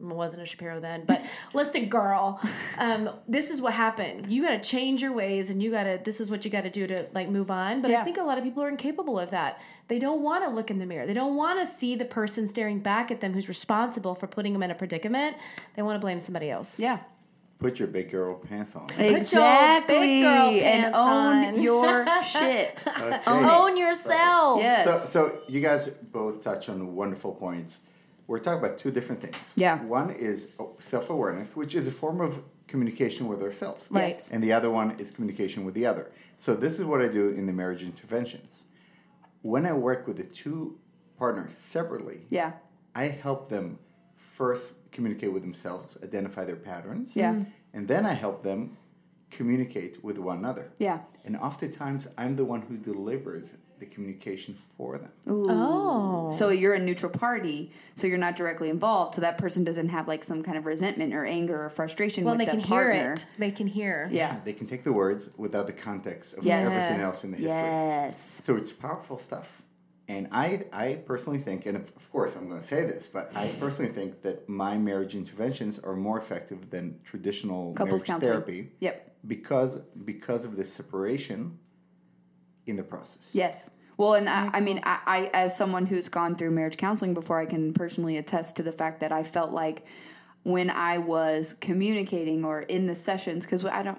Speaker 2: I wasn't a Shapiro then, but listen, girl, um, this is what happened. You got to change your ways, and you got to. This is what you got to do to like move on. But I
Speaker 1: Yeah.
Speaker 2: think a lot of people are incapable of that. They don't want to look in the mirror. They don't want to see the person staring back at them who's responsible for putting them in a predicament. They want to blame somebody else.
Speaker 1: yeah
Speaker 3: Put your big girl pants on.
Speaker 1: exactly
Speaker 2: big girl
Speaker 1: and
Speaker 2: pants
Speaker 1: own
Speaker 2: on.
Speaker 1: your shit
Speaker 3: Okay.
Speaker 2: Own yourself.
Speaker 1: Yeah.
Speaker 3: So,
Speaker 1: Yes.
Speaker 3: so you guys both touched on wonderful points. We're talking about two different things.
Speaker 1: Yeah.
Speaker 3: One is oh, self-awareness, which is a form of communication with ourselves.
Speaker 1: Right. Yes.
Speaker 3: And the other one is communication with the other. So this is what I do in the marriage interventions. When I work with the two partners separately,
Speaker 1: yeah
Speaker 3: I help them first communicate with themselves, identify their patterns.
Speaker 1: Yeah.
Speaker 2: Mm.
Speaker 1: Mhm.
Speaker 3: And then I help them communicate with one another.
Speaker 1: yeah
Speaker 3: And oftentimes, I'm the one who delivers the communication for them.
Speaker 1: Ooh.
Speaker 2: Oh.
Speaker 1: So you're a neutral party, so you're not directly involved. So that person doesn't have like some kind of resentment or anger or frustration
Speaker 2: Well,
Speaker 1: with
Speaker 2: they
Speaker 1: that
Speaker 2: can
Speaker 1: partner.
Speaker 2: hear it. They can hear.
Speaker 1: Yeah.
Speaker 3: They can take the words without the context of
Speaker 1: Yes.
Speaker 3: everything else in the history.
Speaker 1: Yes.
Speaker 3: So it's powerful stuff. And I, I personally think, and of of course I'm going to say this, but I personally think that my marriage interventions are more effective than traditional
Speaker 1: Couples
Speaker 3: marriage
Speaker 1: counseling.
Speaker 3: therapy
Speaker 1: Yep.
Speaker 3: because because of the separation in the process.
Speaker 1: Yes. Well, and I, I
Speaker 2: Mm.
Speaker 1: mean, I, I, as someone who's gone through marriage counseling before, I can personally attest to the fact that I felt like when I was communicating or in the sessions, because I don't,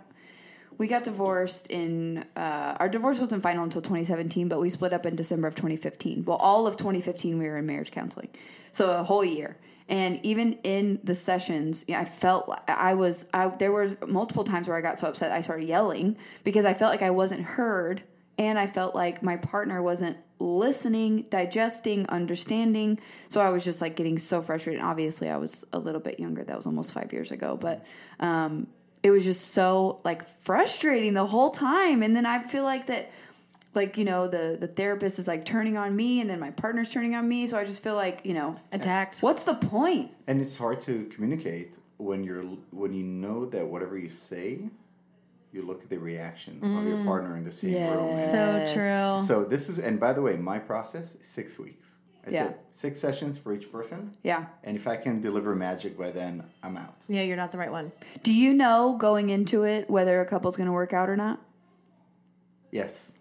Speaker 1: we got divorced in uh, our divorce wasn't final until 2017 but we split up in december of 2015 well all of 2015 we were in marriage counseling so a whole year and even in the sessions yeah, i felt li- i was I, there were multiple times where i got so upset i started yelling because i felt like i wasn't heard and i felt like my partner wasn't listening digesting understanding so i was just like getting so frustrated and obviously i was a little bit younger that was almost five years ago but um, it was just so like frustrating the whole time and then i feel like that like you know the the therapist is like turning on me and then my partner's turning on me so i just feel like you know
Speaker 2: Attacked.
Speaker 1: what's the point
Speaker 3: And it's hard to communicate when you're when you know that whatever you say, you look at the reaction of your partner in the same room. and
Speaker 2: So
Speaker 1: Mm. Yes.
Speaker 2: true.
Speaker 3: So this is, and by the way, my process is six weeks. That's
Speaker 1: Yeah.
Speaker 3: it. Six sessions for each person.
Speaker 1: yeah
Speaker 3: And if I can deliver magic by then, I'm out.
Speaker 2: Yeah, you're not the right one.
Speaker 1: do you know going into it whether a couple's going to work out or not
Speaker 3: Yes.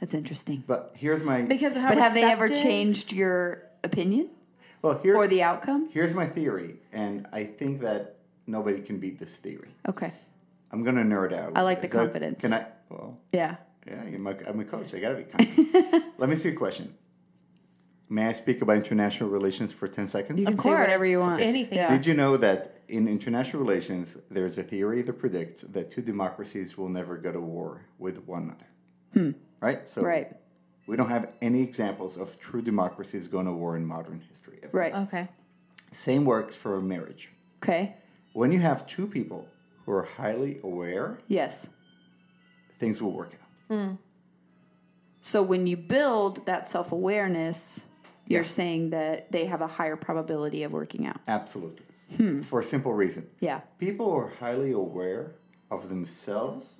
Speaker 1: that's interesting
Speaker 3: But here's my
Speaker 2: Because of how
Speaker 1: but have they ever
Speaker 2: receptive-
Speaker 1: changed your opinion
Speaker 3: well here
Speaker 1: or the outcome
Speaker 3: here's my theory, and I think that nobody can beat this theory.
Speaker 1: okay
Speaker 3: I'm gonna nerd out.
Speaker 1: I like the
Speaker 3: Is that-
Speaker 1: confidence.
Speaker 3: Can I? Well,
Speaker 1: yeah
Speaker 3: yeah, I'm a, I'm a coach. I gotta be confident. Let me see a question. May I speak about international relations for ten seconds?
Speaker 1: You can
Speaker 2: Of
Speaker 1: say whatever
Speaker 2: course.
Speaker 1: you want.
Speaker 2: Anything.
Speaker 1: Yeah.
Speaker 3: Did you know that in international relations, there's a theory that predicts that two democracies will never go to war with one another? Right? So
Speaker 1: Hmm. Right.
Speaker 3: We don't have any examples of true democracies going to war in modern history. ever.
Speaker 1: Right.
Speaker 2: Okay.
Speaker 3: Same works for marriage.
Speaker 1: Okay.
Speaker 3: When you have two people who are highly aware,
Speaker 1: Yes.
Speaker 3: things will work out.
Speaker 1: So when you build that self awareness, you're
Speaker 3: Yeah.
Speaker 1: saying that they have a higher probability of working out.
Speaker 3: Absolutely.
Speaker 1: Hmm.
Speaker 3: For a simple reason.
Speaker 1: Yeah.
Speaker 3: People who are highly aware of themselves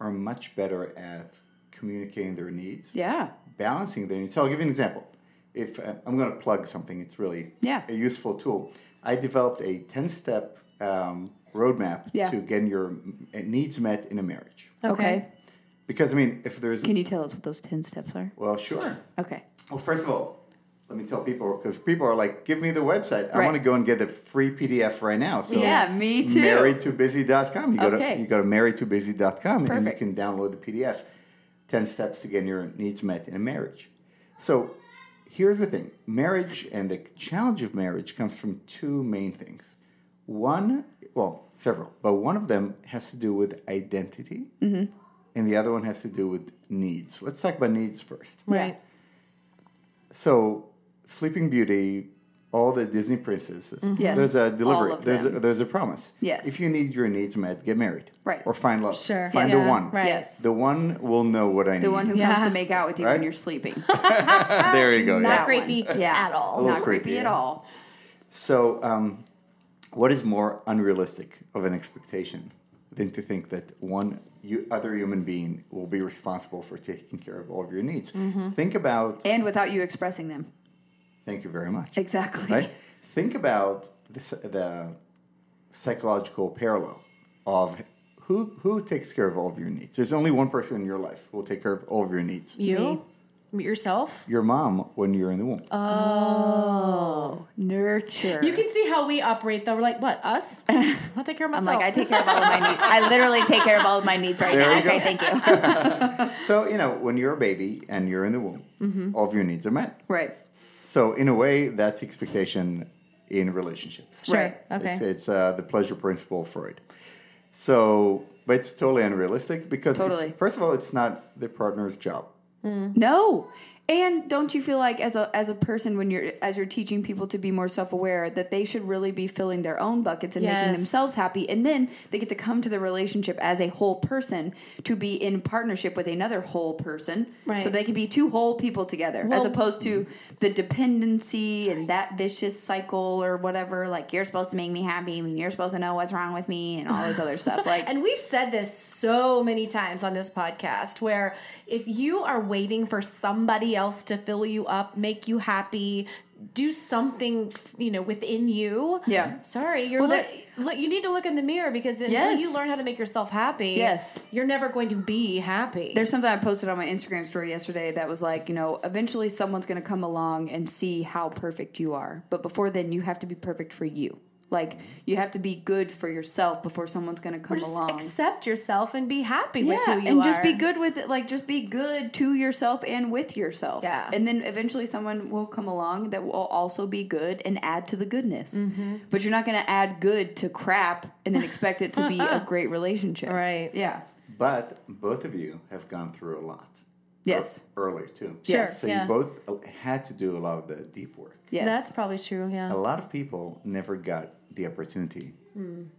Speaker 3: are much better at communicating their needs,
Speaker 1: Yeah.
Speaker 3: balancing their needs. So I'll give you an example. If uh, I'm going to plug something, it's really
Speaker 1: Yeah.
Speaker 3: a useful tool. I developed a 10 step um, roadmap
Speaker 1: Yeah.
Speaker 3: to getting your m- needs met in a marriage.
Speaker 2: Okay.
Speaker 1: Okay.
Speaker 3: Because, I mean, if there's.
Speaker 1: Can you tell us what those 10 steps are?
Speaker 3: well, sure.
Speaker 1: Okay.
Speaker 3: Well, first of all, let me tell people because people are like, give me the website. I
Speaker 1: Right.
Speaker 3: want to go and get the free PDF right now. So
Speaker 1: Yeah, me too.
Speaker 3: marriedtobusy.com. You go
Speaker 1: Okay.
Speaker 3: to you go to marriedtobusy.com and you
Speaker 1: Perfect.
Speaker 3: can download the PDF. Ten steps to getting your needs met in a marriage. So here's the thing: marriage and the challenge of marriage comes from two main things. One, well, several, but one of them has to do with identity,
Speaker 1: Mm-hmm.
Speaker 3: and the other one has to do with needs. Let's talk about needs first.
Speaker 2: Right.
Speaker 3: So, Sleeping Beauty, all the Disney princesses.
Speaker 1: Mm-hmm. Yes,
Speaker 3: There's a delivery.
Speaker 1: all of
Speaker 3: there's a,
Speaker 1: them.
Speaker 3: there's a promise.
Speaker 1: Yes.
Speaker 3: If you need your needs met, get married.
Speaker 1: Right.
Speaker 3: Or find love.
Speaker 2: Sure.
Speaker 3: Find
Speaker 2: Yeah.
Speaker 3: the one.
Speaker 2: Right.
Speaker 1: Yes.
Speaker 3: The one will know what I need.
Speaker 1: The one who
Speaker 2: Yeah.
Speaker 1: comes to make out with you
Speaker 3: Right?
Speaker 1: when you're sleeping.
Speaker 3: there you go.
Speaker 2: Not
Speaker 3: Yeah.
Speaker 1: That
Speaker 2: creepy
Speaker 1: one. Yeah.
Speaker 2: at all.
Speaker 3: A little
Speaker 1: Not creepy,
Speaker 3: creepy,
Speaker 1: at
Speaker 3: yeah.
Speaker 1: all.
Speaker 3: So, um, what is more unrealistic of an expectation than to think that one you, other human being will be responsible for taking care of all of your needs?
Speaker 1: Mm-hmm.
Speaker 3: Think about.
Speaker 1: And without you expressing them.
Speaker 3: Thank you very much.
Speaker 1: Exactly.
Speaker 3: right? Think about the, s- the psychological parallel of who who takes care of all of your needs. There's only one person in your life who will take care of all of your needs.
Speaker 2: You? Yourself?
Speaker 3: Your mom when you're in the womb.
Speaker 1: Uh. Oh, nurture.
Speaker 2: You can see how we operate though. We're like, what, us? I'll take care of myself.
Speaker 1: I'm like, I take care of all of my needs. I literally take care of all of my needs right
Speaker 3: There
Speaker 1: now.
Speaker 3: we go.
Speaker 1: Okay, thank you.
Speaker 3: so you know when you're a baby and you're in the womb,
Speaker 1: Mm-hmm.
Speaker 3: all of your needs are met.
Speaker 1: right.
Speaker 3: So in a way, that's expectation in relationships.
Speaker 2: Sure.
Speaker 1: Right.
Speaker 2: Okay.
Speaker 3: It's, it's uh, the pleasure principle of Freud. So, but it's totally unrealistic because it's-
Speaker 1: Totally.
Speaker 3: first of all, it's not the partner's job.
Speaker 1: No. And don't you feel like as a as a person when you're as you're teaching people to be more self-aware that they should really be filling their own buckets and
Speaker 2: Yes.
Speaker 1: making themselves happy and then they get to come to the relationship as a whole person to be in partnership with another whole person
Speaker 2: Right.
Speaker 1: so they can be two whole people together as
Speaker 2: Well-
Speaker 1: opposed to the dependency and that vicious cycle or whatever like you're supposed to make me happy and you're supposed to know what's wrong with me and all this other stuff like
Speaker 2: And we've said this so many times on this podcast where if you are waiting for somebody else to fill you up, make you happy, do something, f- you know, within you.
Speaker 1: Yeah.
Speaker 2: Sorry, you're
Speaker 1: Well,
Speaker 2: look, look, you need to look in the mirror because until
Speaker 1: Yes.
Speaker 2: you learn how to make yourself happy,
Speaker 1: Yes.
Speaker 2: you're never going to be happy.
Speaker 1: There's something I posted on my Instagram story yesterday that was like, you know, eventually someone's going to come along and see how perfect you are. But before then, you have to be perfect for you. Like, you have to be good for yourself before someone's going to come
Speaker 2: Or just
Speaker 1: along.
Speaker 2: accept yourself and be happy with
Speaker 1: yeah,
Speaker 2: who you
Speaker 1: and just
Speaker 2: are.
Speaker 1: be good with it. Like, just be good to yourself and with yourself.
Speaker 2: Yeah.
Speaker 1: And then eventually someone will come along that will also be good and add to the goodness. But you're not going to add good to crap and then expect it to be a great relationship.
Speaker 2: Right.
Speaker 1: Yeah.
Speaker 3: But both of you have gone through a lot.
Speaker 1: Yes.
Speaker 3: Ear- Early too.
Speaker 2: Sure,
Speaker 3: So
Speaker 2: yeah.
Speaker 3: you both uh, had to do a lot of the deep work.
Speaker 1: Yes.
Speaker 2: That's probably true,
Speaker 3: A
Speaker 2: yeah.
Speaker 3: lot of people never got the opportunity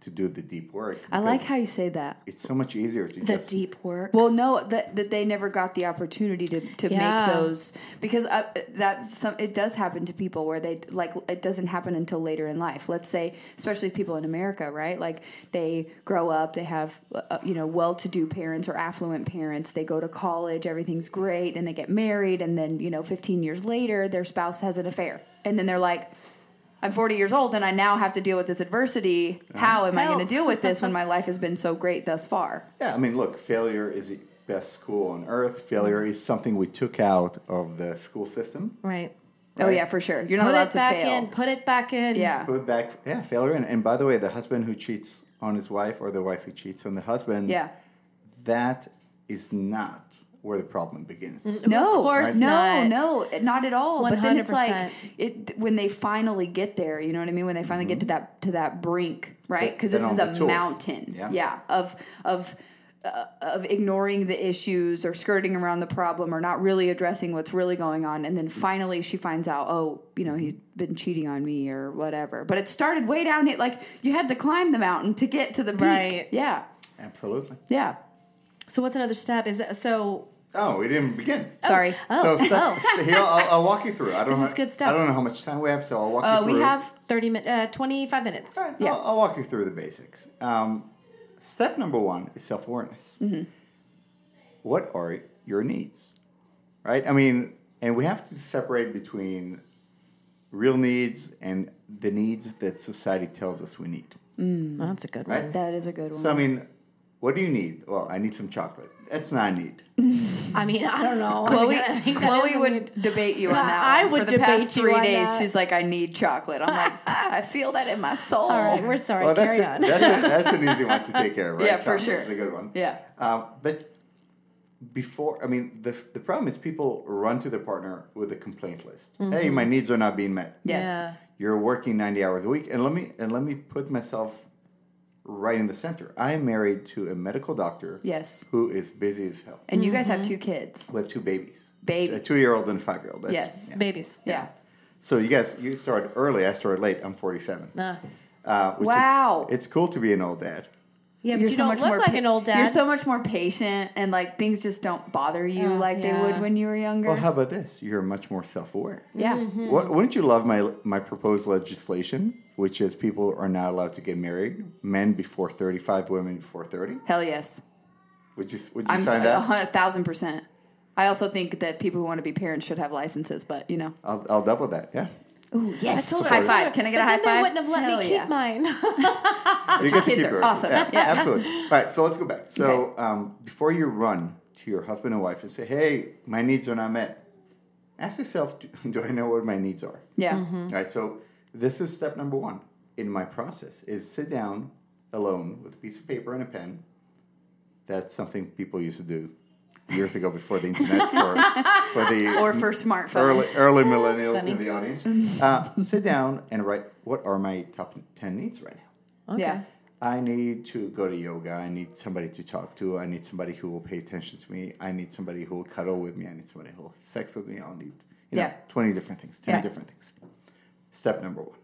Speaker 3: to do the deep work.
Speaker 1: I like
Speaker 3: because
Speaker 1: how you say that.
Speaker 3: it's so much easier to
Speaker 2: The
Speaker 3: just
Speaker 2: deep work.
Speaker 1: Well, no, that that they never got the opportunity to, to
Speaker 2: Yeah.
Speaker 1: make those because uh, that's some it does happen to people where they like it doesn't happen until later in life. Let's say, especially people in America, right? Like they grow up, they have uh, you know well-to-do parents or affluent parents. They go to college, everything's great, then they get married, and then you know, 15 years later, their spouse has an affair, and then they're like. I'm 40 years old and I now have to deal with this adversity. How am I going
Speaker 2: Help.
Speaker 1: to deal with this when my life has been so great thus far?
Speaker 3: Yeah, I mean, look, failure is the best school on earth. Failure
Speaker 1: Mm-hmm.
Speaker 3: is something we took out of the school system.
Speaker 2: right.
Speaker 1: Oh
Speaker 3: Right.
Speaker 1: yeah, for sure. You're not
Speaker 2: Put
Speaker 1: allowed
Speaker 2: it
Speaker 1: to
Speaker 2: back
Speaker 1: fail.
Speaker 2: in, put it back in.
Speaker 1: Yeah.
Speaker 3: Put back, yeah, failure. And, and by the way, the husband who cheats on his wife or the wife who cheats on the husband,
Speaker 1: Yeah.
Speaker 3: that is not where the problem begins.
Speaker 1: No,
Speaker 2: course
Speaker 1: no,
Speaker 2: not.
Speaker 1: no, not at all. But then it's like
Speaker 2: 100%.
Speaker 1: it when they finally get there. You know what I mean? When they finally get to that to that brink, right?
Speaker 3: Mm-hmm. They-
Speaker 1: Because
Speaker 3: they
Speaker 1: this is
Speaker 3: don't have the
Speaker 1: a
Speaker 3: tools.
Speaker 1: mountain,
Speaker 3: Yeah.
Speaker 1: yeah, of of uh, of ignoring the issues or skirting around the problem or not really addressing what's really going on and then finally she finds out oh you know he's been cheating on me or whatever but it started way down here like you had to climb the mountain to get to the peak
Speaker 2: Right.
Speaker 1: yeah
Speaker 3: Absolutely.
Speaker 1: yeah
Speaker 2: So what's another step? Is that so?
Speaker 3: Oh, we didn't begin.
Speaker 1: sorry
Speaker 2: Oh,
Speaker 3: So step, here, I'll, I'll walk you through. I don't
Speaker 2: This
Speaker 3: know,
Speaker 2: is good stuff.
Speaker 3: I don't know how much time we have, so I'll walk
Speaker 1: Uh,
Speaker 3: you
Speaker 1: we
Speaker 3: through.
Speaker 1: have
Speaker 2: thirty minutes, uh, twenty-five minutes.
Speaker 3: All right,
Speaker 1: Yeah.
Speaker 3: I'll, I'll walk you through the basics. Um, step number one is self awareness.
Speaker 1: Mm-hmm.
Speaker 3: What are your needs? Right? I mean, and we have to separate between real needs and the needs that society tells us we need.
Speaker 2: Well, that's a good
Speaker 3: Right?
Speaker 1: that is Hmm, a good one
Speaker 3: So, I mean, what do you need? Well, I need some chocolate. That's not a need.
Speaker 2: one. I mean, I don't know.
Speaker 1: Chloe,
Speaker 2: I think that is
Speaker 1: Chloe
Speaker 2: a
Speaker 1: would
Speaker 2: weird-
Speaker 1: debate you on
Speaker 2: Yeah,
Speaker 1: that.
Speaker 2: I
Speaker 1: one.
Speaker 2: would
Speaker 1: For the past
Speaker 2: debate you
Speaker 1: three
Speaker 2: on
Speaker 1: days,
Speaker 2: that.
Speaker 1: she's like, "I need chocolate." I'm like, "I feel that in my soul."
Speaker 2: All right, we're sorry.
Speaker 3: well, that's,
Speaker 2: Carry
Speaker 3: a-
Speaker 2: on.
Speaker 3: that's, a, that's an easy one to take care of, right?
Speaker 1: Yeah, for
Speaker 3: Chocolate's
Speaker 1: sure.
Speaker 3: a good one.
Speaker 1: Yeah.
Speaker 3: Um, but before, I mean, the, the problem is people run to their partner with a complaint list.
Speaker 1: Mm-hmm.
Speaker 3: Hey, my needs are not being met.
Speaker 1: Yes.
Speaker 2: Yeah.
Speaker 3: You're working 90 hours a week, and let me and let me put myself right in the center. I am married to a medical doctor.
Speaker 1: Yes.
Speaker 3: Who is busy as hell.
Speaker 1: And you guys
Speaker 2: Mm-hmm.
Speaker 1: have two kids.
Speaker 3: We have two babies.
Speaker 1: Babies.
Speaker 3: A two-year-old and a five-year-old. That's-
Speaker 1: Yes.
Speaker 3: yeah.
Speaker 2: Babies.
Speaker 1: Yeah.
Speaker 3: So you guys, you started early. I started late. I'm 47.
Speaker 2: Uh,
Speaker 3: Uh, which is-
Speaker 1: Wow.
Speaker 3: it's cool to be an old dad.
Speaker 2: yeah, but you don't look like
Speaker 1: pa-
Speaker 2: an old dad.
Speaker 1: You're so much more patient, and like things just don't bother you
Speaker 2: Yeah.
Speaker 1: like they would
Speaker 2: Oh, Yeah.
Speaker 1: when you were younger.
Speaker 3: Well, how about this? You're much more self-aware.
Speaker 1: yeah.
Speaker 2: Mm-hmm.
Speaker 3: Wha-
Speaker 1: Hmm.
Speaker 3: Wouldn't you love my my proposed legislation, which is people are not allowed to get married, men before 35, women before 30?
Speaker 1: Hell yes.
Speaker 3: Would you would you
Speaker 1: I'm
Speaker 3: sign
Speaker 1: s- a
Speaker 3: that?
Speaker 1: hundred thousand percent. I also think that people who want to be parents should have licenses, but you know.
Speaker 3: I'll, I'll double that. Yeah,
Speaker 1: Ooh, yes.
Speaker 2: Told her-
Speaker 1: high
Speaker 2: told her-
Speaker 1: five. Can I get a
Speaker 2: but
Speaker 1: high
Speaker 2: then
Speaker 1: five?
Speaker 2: They wouldn't have let
Speaker 1: Hell
Speaker 2: me
Speaker 1: yeah.
Speaker 2: keep mine.
Speaker 3: you get
Speaker 1: kids are
Speaker 3: yours.
Speaker 1: Oh, awesome. Yeah.
Speaker 3: absolutely. All right, so let's go back. So um, before you run to your husband and wife and say, "Hey, my needs are not met," ask yourself, "Do, do I know what my needs are?"
Speaker 1: Yeah.
Speaker 2: Mm-hmm.
Speaker 3: All right, so this is step number one in my process is sit down alone with a piece of paper and a pen. That's something people used to do years ago before the internet for, for the
Speaker 1: Or for smartphones.
Speaker 3: early, early millennials in the audience. Uh, sit down and write what are my top 10 needs right now?
Speaker 1: Yeah.
Speaker 3: I need to go to yoga. I need somebody to talk to. I need somebody who will pay attention to me. I need somebody who will cuddle with me. I need somebody who will have sex with me. I'll need you know,
Speaker 1: Yeah.
Speaker 3: 20 different things, 10
Speaker 1: Yeah.
Speaker 3: different things. Step number one.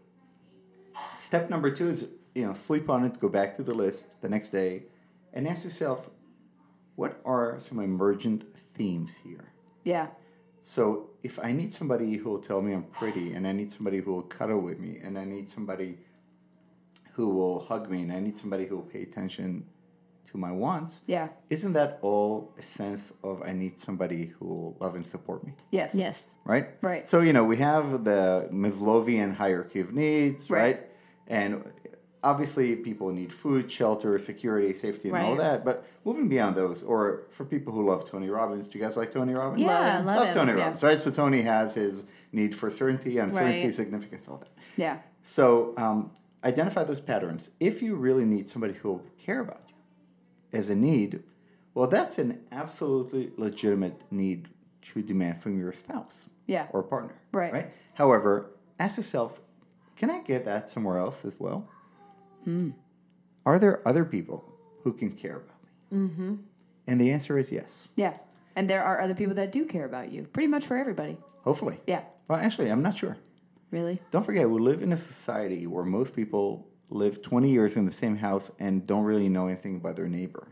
Speaker 3: Step number two is, you know, sleep on it, go back to the list the next day and ask yourself, what are some emergent themes here?
Speaker 1: Yeah.
Speaker 3: So if I need somebody who will tell me I'm pretty, and I need somebody who will cuddle with me, and I need somebody who will hug me, and I need somebody who will pay attention to my wants,
Speaker 1: Yeah.
Speaker 3: isn't that all a sense of I need somebody who will love and support me,
Speaker 1: Yes.
Speaker 2: Yes.
Speaker 3: right?
Speaker 1: Right.
Speaker 3: So you know we have the Maslowian hierarchy of needs, right?
Speaker 1: Right.
Speaker 3: And obviously people need food, shelter, security, safety, and all
Speaker 2: Right.
Speaker 3: that. But moving beyond those, or for people who love Tony Robbins, do you guys like Tony Robbins?
Speaker 2: Yeah,
Speaker 1: Love
Speaker 2: I
Speaker 1: him.
Speaker 2: love,
Speaker 3: Love
Speaker 2: him.
Speaker 3: Tony
Speaker 1: yeah.
Speaker 3: Robbins, right? So Tony has his need for certainty, uncertainty,
Speaker 2: Right.
Speaker 3: significance, all that.
Speaker 1: Yeah.
Speaker 3: So um, identify those patterns. If you really need somebody who will care about you as a need, well, that's an absolutely legitimate need to demand from your spouse
Speaker 1: Yeah.
Speaker 3: or partner.
Speaker 1: Right.
Speaker 3: Right. However, ask yourself, can I get that somewhere else as well? Are there other people who can care about me? Mm-hmm. And the answer is yes.
Speaker 1: Yeah. And there are other people that do care about you. Pretty much for everybody.
Speaker 3: Hopefully.
Speaker 1: Yeah.
Speaker 3: Well, actually, I'm not sure.
Speaker 1: Really?
Speaker 3: Don't forget, we live in a society where most people live 20 years in the same house and don't really know anything about their neighbor.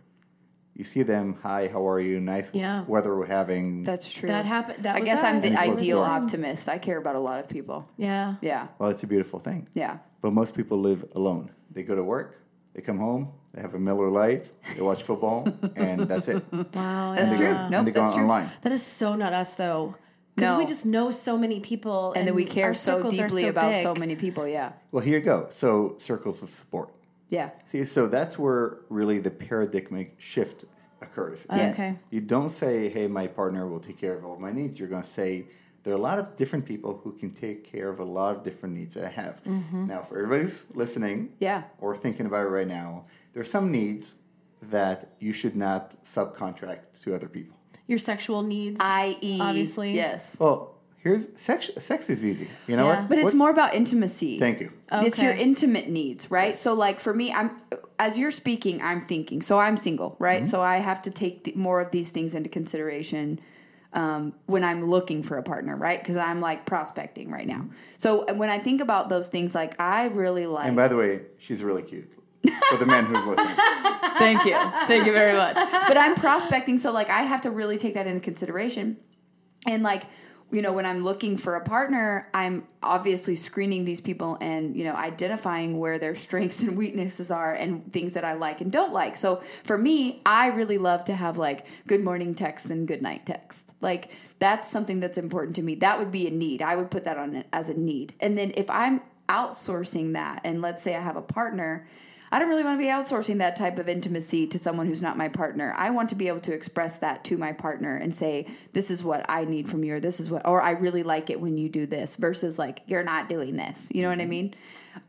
Speaker 3: You see them, hi, how are you? Nice
Speaker 2: Yeah.
Speaker 3: weather we're having.
Speaker 1: That's true.
Speaker 2: That happened. That
Speaker 1: I
Speaker 2: was
Speaker 1: guess I'm
Speaker 2: us.
Speaker 1: the
Speaker 3: It's
Speaker 2: It was
Speaker 1: ideal
Speaker 2: us.
Speaker 1: optimist. I care about a lot of people.
Speaker 2: Yeah.
Speaker 1: Yeah.
Speaker 3: well, it's a beautiful thing.
Speaker 1: Yeah.
Speaker 3: But most people live alone. They go to work, they come home, they have a Miller Lite, they watch football, and that's it.
Speaker 2: Wow.
Speaker 1: That's
Speaker 2: yeah.
Speaker 1: true.
Speaker 3: And
Speaker 1: Nope,
Speaker 3: they go
Speaker 1: that's true.
Speaker 3: online.
Speaker 2: That is so not us though. Because
Speaker 1: No.
Speaker 2: we just know so many people,
Speaker 1: And, then we care
Speaker 2: our
Speaker 1: so
Speaker 2: circles are
Speaker 1: deeply
Speaker 2: so
Speaker 1: about
Speaker 2: big.
Speaker 1: so many people. Yeah.
Speaker 3: Well, here you go. So, circles of support.
Speaker 1: Yeah.
Speaker 3: See, so that's where really the paradigmic shift occurs.
Speaker 1: Yes.
Speaker 2: Okay.
Speaker 3: You don't say, hey, my partner will take care of all my needs. You're going to say, there are a lot of different people who can take care of a lot of different needs that I have. Now, for everybody who's listening
Speaker 1: Mm-hmm. Yeah.
Speaker 3: or thinking about it right now, there are some needs that you should not subcontract to other people.
Speaker 2: Your sexual needs.
Speaker 1: I.e.
Speaker 2: Obviously.
Speaker 1: E. Yes.
Speaker 3: Well, here's sex, sex is easy. You know
Speaker 2: Yeah.
Speaker 3: what?
Speaker 1: But it's Oh.
Speaker 3: What-
Speaker 1: more about intimacy.
Speaker 3: Thank you.
Speaker 1: It's your
Speaker 2: Okay.
Speaker 1: intimate needs, right? So, like for me, I'm as you're speaking, I'm thinking. So I'm single, right? So I have to take the, more of these things into consideration um, when I'm looking for a partner, right? Because I'm like prospecting right now. So when I think about those things, like I really like.
Speaker 3: And by the way, she's really cute. For the man who's listening.
Speaker 1: Thank you. Thank you very much. But I'm prospecting, so like I have to really take that into consideration. And like, you know, when I'm looking for a partner, I'm obviously screening these people and, you know, identifying where their strengths and weaknesses are and things that I like and don't like. So for me, I really love to have like good morning texts and good night texts. Like that's something that's important to me. That would be a need. I would put that on it as a need. And then if I'm outsourcing that and let's say I have a partner, I don't really want to be outsourcing that type of intimacy to someone who's not my partner. I want to be able to express that to my partner and say, this is what I need from you, or this is what, or I really like it when you do this, versus like, you're not doing this. You know what I mean?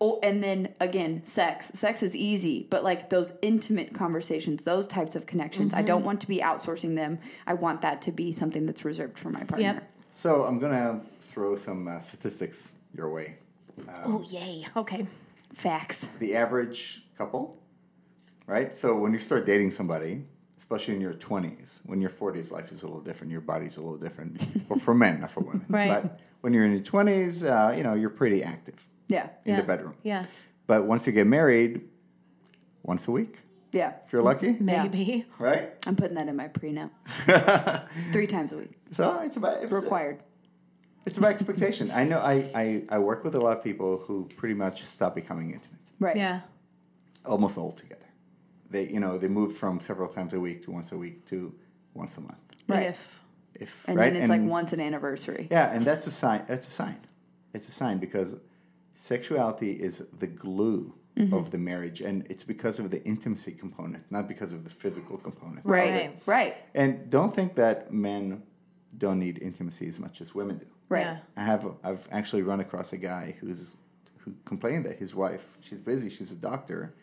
Speaker 1: Oh, and then again, sex. Sex is easy, but like those intimate conversations, those types of connections, I don't want to be outsourcing them. I want that to be something that's reserved for my partner.
Speaker 2: Yep.
Speaker 3: So I'm going to throw some uh, statistics your way.
Speaker 2: Oh yay! Okay.
Speaker 1: Facts.
Speaker 3: the average couple, right? So when you start dating somebody, especially in your 20s, when you're 40s, life is a little different. Your body's a little different. well, for men, not for women.
Speaker 2: Right.
Speaker 3: But when you're in your 20s, uh, you know, you're pretty active
Speaker 1: Yeah.
Speaker 3: in
Speaker 2: Yeah.
Speaker 3: the bedroom.
Speaker 2: Yeah.
Speaker 3: But once you get married, once a week,
Speaker 1: Yeah.
Speaker 3: if you're lucky,
Speaker 2: Mm-hmm.
Speaker 1: Yeah.
Speaker 2: Maybe.
Speaker 3: right?
Speaker 1: I'm putting that in my prenup three times a week,
Speaker 3: So it's about it's,
Speaker 1: required.
Speaker 3: it's about expectation. I know I, I, I work with a lot of people who pretty much stop becoming intimate.
Speaker 1: Right.
Speaker 2: Yeah.
Speaker 3: almost altogether. They, you know, they moved from several times a week to once a week to once a month.
Speaker 1: Right.
Speaker 2: If
Speaker 3: If
Speaker 1: And
Speaker 3: right,
Speaker 1: then it's like once an anniversary.
Speaker 3: yeah, and that's a sign. That's a sign. It's a sign because sexuality is the glue
Speaker 1: Mm-hmm.
Speaker 3: of the marriage, and it's because of the intimacy component, not because of the physical component.
Speaker 1: Right.
Speaker 2: Right.
Speaker 1: Right.
Speaker 3: And don't think that men don't need intimacy as much as women do.
Speaker 1: Right.
Speaker 2: Yeah.
Speaker 3: I have I've actually run across a guy who's who complained that his wife she's busy she's a doctor,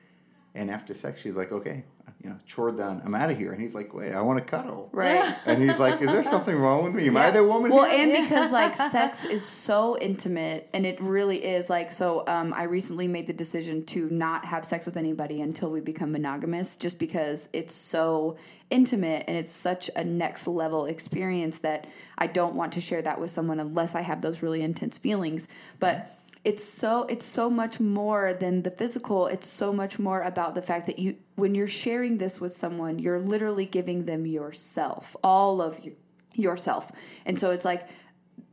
Speaker 3: and after sex she's like okay you know chore done I'm out of here and he's like wait I want to cuddle
Speaker 1: Right.
Speaker 3: and he's like is there something wrong with me am I the woman
Speaker 1: Well,
Speaker 3: here?
Speaker 1: and because like sex is so intimate, and it really is like so. Um, I recently made the decision to not have sex with anybody until we become monogamous, just because it's so intimate and it's such a next level experience that I don't want to share that with someone unless I have those really intense feelings. But it's so it's so much more than the physical it's so much more about the fact that you when you're sharing this with someone you're literally giving them yourself all of you, yourself and so it's like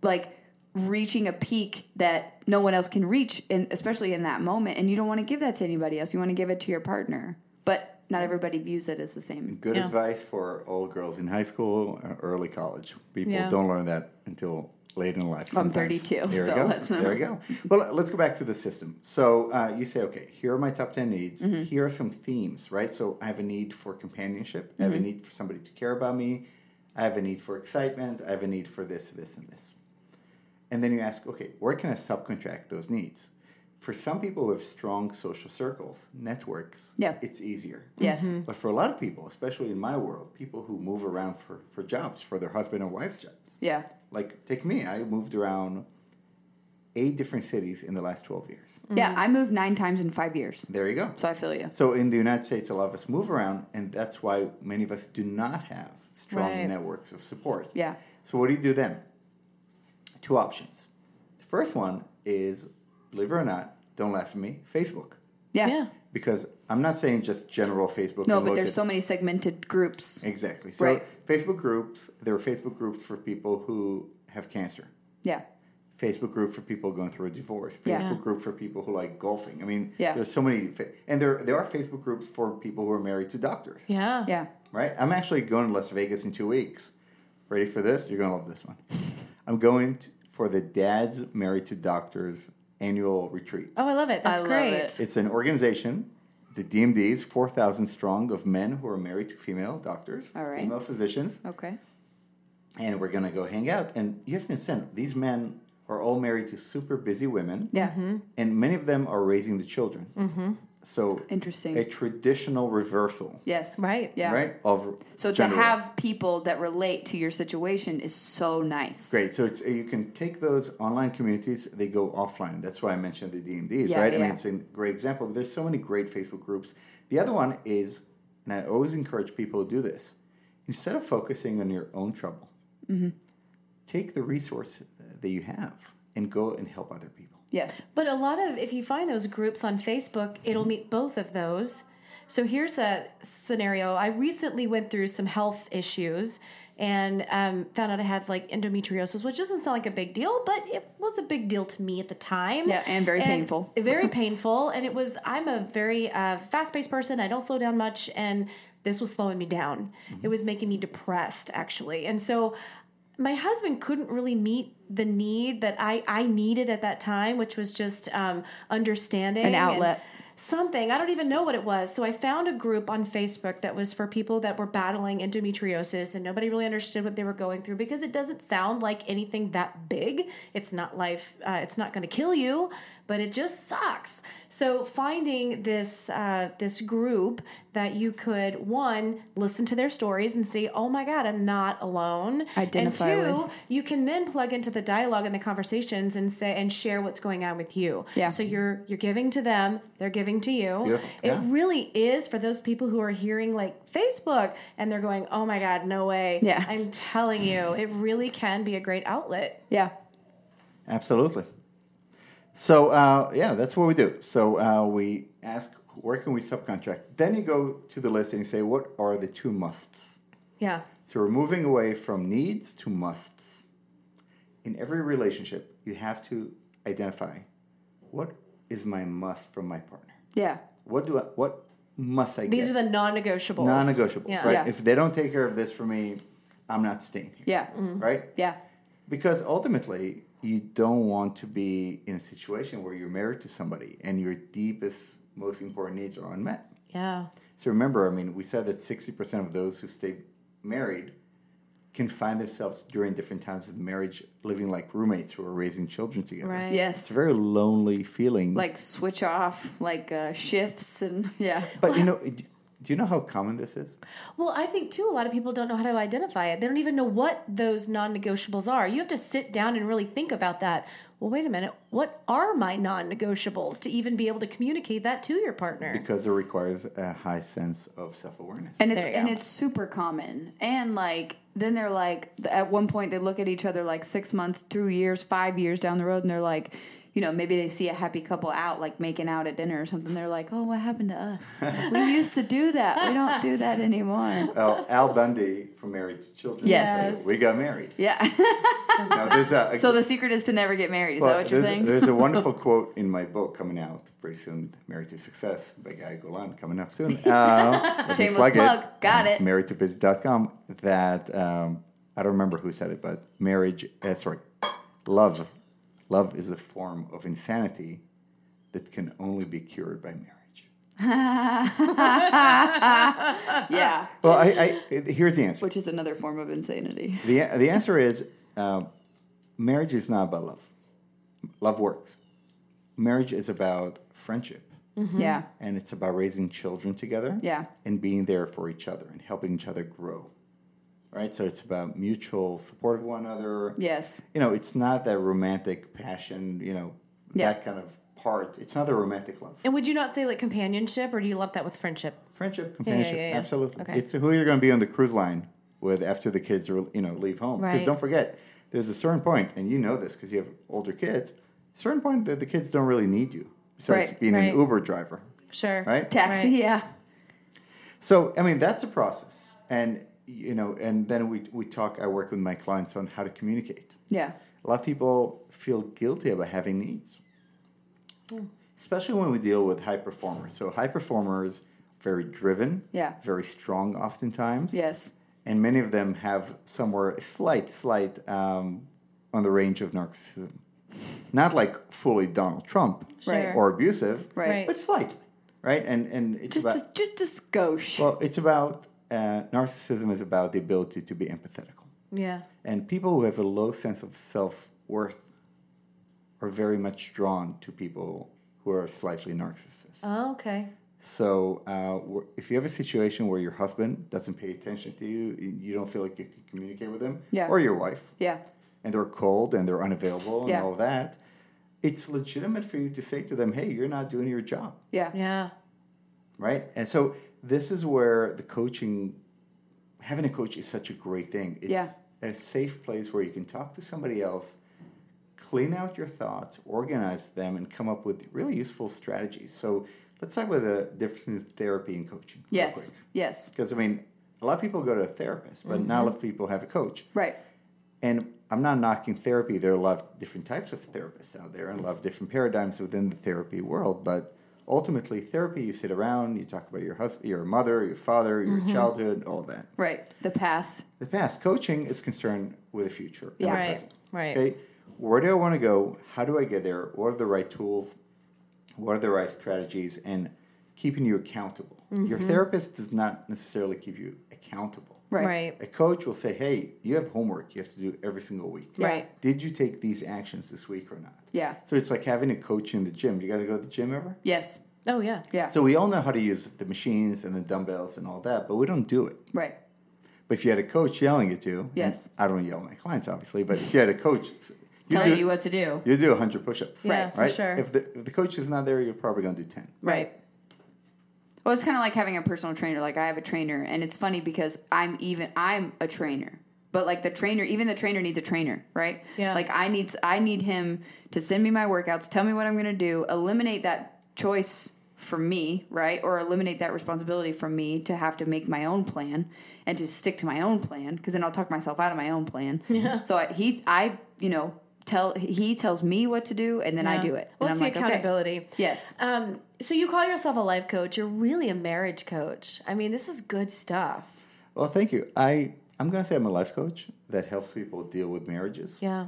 Speaker 1: like reaching a peak that no one else can reach and especially in that moment and you don't want to give that to anybody else you want to give it to your partner but not everybody views it as the same
Speaker 3: good
Speaker 2: Yeah.
Speaker 3: advice for all girls in high school or early college people
Speaker 2: Yeah.
Speaker 3: don't learn that until late in life
Speaker 1: I'm
Speaker 3: sometimes.
Speaker 1: 32,
Speaker 3: there
Speaker 1: so
Speaker 3: we go
Speaker 1: let's not-
Speaker 3: there we go well let's go back to the system so uh, you say okay here are my top 10 needs
Speaker 1: Mm-hmm.
Speaker 3: here are some themes right so I have a need for companionship I
Speaker 1: Mm-hmm.
Speaker 3: have a need for somebody to care about me I have a need for excitement I have a need for this this and this and then you ask, okay, where can I subcontract those needs? For some people with strong social circles, networks,
Speaker 1: Yeah.
Speaker 3: it's easier.
Speaker 1: Yes.
Speaker 2: Mm-hmm.
Speaker 1: Mhm.
Speaker 3: But for a lot of people, especially in my world, people who move around for, for jobs, for their husband and wife's jobs.
Speaker 1: yeah
Speaker 3: Like, take me, I moved around eight different cities in the last 12 years.
Speaker 2: Mm-hmm.
Speaker 1: yeah i moved nine times in five years
Speaker 3: There you go.
Speaker 1: so i feel you
Speaker 3: So in the United States, a lot of us move around, and that's why many of us do not have strong
Speaker 2: Right.
Speaker 3: networks of support.
Speaker 1: yeah
Speaker 3: So what do you do then? Two options. The first one is, believe it or not, don't laugh at me, Facebook.
Speaker 1: yeah,
Speaker 2: yeah.
Speaker 3: Because I'm not saying just general Facebook.
Speaker 1: no
Speaker 3: and
Speaker 1: but
Speaker 3: look
Speaker 1: there's
Speaker 3: at-
Speaker 1: so many segmented groups
Speaker 3: Exactly. So
Speaker 1: Right.
Speaker 3: Facebook groups, there are Facebook groups for people who have cancer.
Speaker 1: yeah
Speaker 3: Facebook group for people going through a divorce. Facebook
Speaker 1: Yeah.
Speaker 3: group for people who like golfing. I mean,
Speaker 1: Yeah.
Speaker 3: there's so many. fa- And there, there are Facebook groups for people who are married to doctors.
Speaker 2: Yeah.
Speaker 1: yeah
Speaker 3: right? I'm actually going to Las Vegas in two weeks. Ready for this? You're going to love this one. I'm going to, for the Dads Married to Doctors annual retreat.
Speaker 2: Oh, I love it.
Speaker 1: I
Speaker 2: That's
Speaker 1: love
Speaker 2: great.
Speaker 1: it.
Speaker 3: It's an organization, the DMD is 4,000 strong of men who are married to female doctors,
Speaker 1: All right.
Speaker 3: female physicians,
Speaker 1: okay
Speaker 3: and we're going to go hang out. And you have to understand, these men are all married to super busy women,
Speaker 2: Mm-hmm.
Speaker 3: Mm-hmm.
Speaker 1: yeah Mm-hmm.
Speaker 3: and many of them are raising the children. So
Speaker 1: Interesting.
Speaker 3: a traditional reversal,
Speaker 1: yes.
Speaker 2: Right.
Speaker 1: Yeah.
Speaker 3: right? Of
Speaker 1: So to
Speaker 3: gender roles.
Speaker 1: have people that relate to your situation is so nice.
Speaker 3: Great. So it's you can take those online communities; they go offline. That's why I mentioned the DMDs,
Speaker 1: Yeah,
Speaker 3: right? I mean,
Speaker 1: yeah.
Speaker 3: it's a great example. There's so many great Facebook groups. The other one is, and I always encourage people to do this: instead of focusing on your own trouble,
Speaker 1: Mm-hmm.
Speaker 3: take the resource that you have and go and help other people.
Speaker 1: Yes.
Speaker 2: But a lot of, if you find those groups on Facebook, it'll meet both of those. So here's a scenario. I recently went through some health issues and um, found out I had like endometriosis, which doesn't sound like a big deal, but it was a big deal to me at the time.
Speaker 1: Yeah, and very painful.
Speaker 2: Very painful. And it was, I'm a very uh, fast paced person. I don't slow down much. And this was slowing me down.
Speaker 1: Mm-hmm.
Speaker 2: It was making me depressed, actually. And so my husband couldn't really meet the need that I, I needed at that time, which was just um, understanding
Speaker 1: An
Speaker 2: and
Speaker 1: outlet.
Speaker 2: something. I don't even know what it was. So I found a group on Facebook that was for people that were battling endometriosis and nobody really understood what they were going through because it doesn't sound like anything that big. It's not life, uh, it's not going to kill you, but it just sucks. So finding this uh, this group that you could one listen to their stories and see, "Oh my god, I'm not alone."
Speaker 1: Identify
Speaker 2: and two,
Speaker 1: with.
Speaker 2: you can then plug into the dialogue and the conversations and say and share what's going on with you.
Speaker 1: Yeah.
Speaker 2: So you're you're giving to them, they're giving to you.
Speaker 3: Beautiful.
Speaker 2: It
Speaker 3: Yeah.
Speaker 2: really is for those people who are hearing like Facebook and they're going, "Oh my god, no way."
Speaker 1: Yeah.
Speaker 2: I'm telling you, it really can be a great outlet.
Speaker 1: Yeah.
Speaker 3: Absolutely. So uh, yeah, that's what we do. So uh, we ask, where can we subcontract? Then you go to the list and you say, what are the two musts?
Speaker 2: Yeah.
Speaker 3: So we're moving away from needs to musts. In every relationship, you have to identify what is my must from my partner.
Speaker 1: Yeah.
Speaker 3: What do I? What must I
Speaker 2: These
Speaker 3: get?
Speaker 2: are the non-negotiables.
Speaker 3: non-negotiables,
Speaker 2: Yeah.
Speaker 3: right?
Speaker 1: Yeah.
Speaker 3: If they don't take care of this for me, I'm not staying here,
Speaker 1: Yeah.
Speaker 2: Mm. Mm-hmm.
Speaker 3: right?
Speaker 1: Yeah.
Speaker 3: Because ultimately, you don't want to be in a situation where you're married to somebody and your deepest, most important needs are unmet.
Speaker 2: Yeah.
Speaker 3: So remember, I mean, we said that 60% of those who stay married can find themselves during different times of the marriage living like roommates who are raising children together.
Speaker 2: Right.
Speaker 1: Yes.
Speaker 3: It's a very lonely feeling.
Speaker 1: like switch off like uh, shifts and yeah
Speaker 3: but you know, do you know how common this is?
Speaker 2: Well, I think too, a lot of people don't know how to identify it. They don't even know what those non negotiables are. You have to sit down and really think about that. Well, wait a minute. What are my non negotiables to even be able to communicate that to your partner?
Speaker 3: Because it requires a high sense of self awareness.
Speaker 1: and it's
Speaker 2: There you
Speaker 1: and
Speaker 2: go.
Speaker 1: it's super common and like then they're like at one point they look at each other like six months two years five years down the road and they're like you know maybe they see a happy couple out like making out at dinner or something they're like oh what happened to us we used to do that we don't do that anymore
Speaker 3: Oh, Al Bundy from Married to Children.
Speaker 1: Yes.
Speaker 2: Yes.
Speaker 3: We got married.
Speaker 1: yeah
Speaker 3: Now, there's a,
Speaker 1: so the secret is to never get married is
Speaker 3: Well,
Speaker 1: that what you're
Speaker 3: there's,
Speaker 1: saying
Speaker 3: there's a wonderful quote in my book coming out pretty soon, "Married to Success" by Guy Golan, coming up soon. Uh, let me
Speaker 1: Shameless
Speaker 3: it,
Speaker 1: plug. Got it.
Speaker 3: MarriedToBusy.com. That um, I don't remember who said it, but marriage. Uh, sorry, love. Love is a form of insanity that can only be cured by marriage.
Speaker 1: yeah
Speaker 3: Well, I, I here's the answer.
Speaker 1: which is another form of insanity
Speaker 3: The the answer is uh, marriage is not about love. Love works. Marriage is about friendship.
Speaker 2: Mm-hmm.
Speaker 1: yeah
Speaker 3: and it's about raising children together
Speaker 1: Yeah.
Speaker 3: and being there for each other and helping each other grow right so it's about mutual support of one another
Speaker 1: yes
Speaker 3: you know it's not that romantic passion you know
Speaker 1: Yeah.
Speaker 3: that kind of part it's not the romantic love
Speaker 2: And would you not say like companionship or do you love that with friendship?
Speaker 3: friendship companionship
Speaker 2: yeah, yeah.
Speaker 3: absolutely
Speaker 2: Okay.
Speaker 3: it's who you're going to be on the cruise line with after the kids are, you know leave home because
Speaker 2: Right.
Speaker 3: don't forget there's a certain point and you know this because you have older kids certain point that the kids don't really need you besides
Speaker 1: Right,
Speaker 3: being
Speaker 2: right.
Speaker 3: an uber driver
Speaker 2: Sure.
Speaker 3: right
Speaker 1: taxi
Speaker 2: Right.
Speaker 1: yeah
Speaker 3: So I mean that's a process, and you know, and then we we talk. I work with my clients on how to communicate.
Speaker 1: yeah
Speaker 3: A lot of people feel guilty about having needs, especially when we deal with high performers. So high performers, very driven,
Speaker 1: Yeah.
Speaker 3: very strong, oftentimes,
Speaker 1: yes
Speaker 3: and many of them have somewhere a slight, slight um, on the range of narcissism. Not like fully Donald Trump
Speaker 1: Right.
Speaker 3: or abusive,
Speaker 1: Right.
Speaker 3: But slightly, right? And and it's
Speaker 1: just
Speaker 3: about,
Speaker 1: a, just a skosh
Speaker 3: well, it's about uh, narcissism is about the ability to be empathetical,
Speaker 2: Yeah.
Speaker 3: and people who have a low sense of self worth are very much drawn to people who are slightly narcissists.
Speaker 2: Oh, okay.
Speaker 3: So, uh, wh- if you have a situation where your husband doesn't pay attention to you, y- you don't feel like you can communicate with them,
Speaker 1: Yeah.
Speaker 3: or your wife,
Speaker 1: Yeah.
Speaker 3: and they're cold and they're unavailable and
Speaker 1: Yeah.
Speaker 3: all that, it's legitimate for you to say to them, "Hey, you're not doing your job,"
Speaker 1: Yeah.
Speaker 2: Yeah.
Speaker 3: right? And so, this is where the coaching, having a coach, is such a great thing. It's
Speaker 1: Yeah.
Speaker 3: a safe place where you can talk to somebody else, clean out your thoughts, organize them, and come up with really useful strategies. So. Let's talk about the difference between therapy and coaching. real
Speaker 1: Yes.
Speaker 3: quick.
Speaker 1: Yes.
Speaker 3: Because I mean, a lot of people go to a therapist, but not a
Speaker 1: Mm-hmm.
Speaker 3: lot of people have a coach.
Speaker 1: Right.
Speaker 3: And I'm not knocking therapy. There are a lot of different types of therapists out there and a lot of different paradigms within the therapy world. But ultimately, therapy, you sit around, you talk about your husband, your mother, your father, your
Speaker 2: Mm-hmm.
Speaker 3: childhood, all that.
Speaker 1: Right. The past.
Speaker 3: The past. Coaching is concerned with the future. and the
Speaker 1: Yeah.
Speaker 2: Right.
Speaker 3: present.
Speaker 2: Right.
Speaker 3: Okay, where do I want to go? How do I get there? What are the right tools? What are the right strategies? And keeping you accountable. Your
Speaker 2: Mm-hmm.
Speaker 3: therapist does not necessarily keep you accountable.
Speaker 1: Right.
Speaker 2: Right.
Speaker 3: A coach will say, hey, you have homework you have to do every single week.
Speaker 1: Yeah.
Speaker 2: Right.
Speaker 3: Did you take these actions this week or not?
Speaker 1: Yeah.
Speaker 3: So it's like having a coach in the gym. You guys go to the gym ever?
Speaker 1: Yes.
Speaker 2: Oh yeah.
Speaker 1: Yeah.
Speaker 3: So we all know how to use the machines and the dumbbells and all that, but we don't do it.
Speaker 1: right.
Speaker 3: But if you had a coach yelling at you, and
Speaker 1: Yes.
Speaker 3: I don't yell at my clients obviously, but if you had a coach you
Speaker 1: Telling
Speaker 3: do-
Speaker 1: you what to do.
Speaker 3: you do 100 push-ups.
Speaker 2: Yeah,
Speaker 1: Right.
Speaker 2: for sure.
Speaker 3: If the, if the coach is not there, you're probably going to do 10.
Speaker 1: Right. Well, it's kind of like having a personal trainer. Like I have a trainer, and it's funny because I'm even I'm a trainer, but like the trainer, even the trainer needs a trainer, right?
Speaker 2: Yeah.
Speaker 1: Like I need I need him to send me my workouts, tell me what I'm going to do, eliminate that choice from me, right? Or eliminate that responsibility from me to have to make my own plan and to stick to my own plan because then I'll talk myself out of my own plan. Yeah. So I, he, I, you know, tell he tells me what to do, and then I
Speaker 2: Yeah.
Speaker 1: do it.
Speaker 2: Well,
Speaker 1: and
Speaker 2: it's
Speaker 1: I'm
Speaker 2: the
Speaker 1: like, okay.
Speaker 2: accountability.
Speaker 1: Yes.
Speaker 2: Um, so you call yourself a life coach? You're really a marriage coach. I mean, this is good stuff.
Speaker 3: Well, thank you. I, I'm going to say I'm a life coach that helps people deal with marriages.
Speaker 2: Yeah.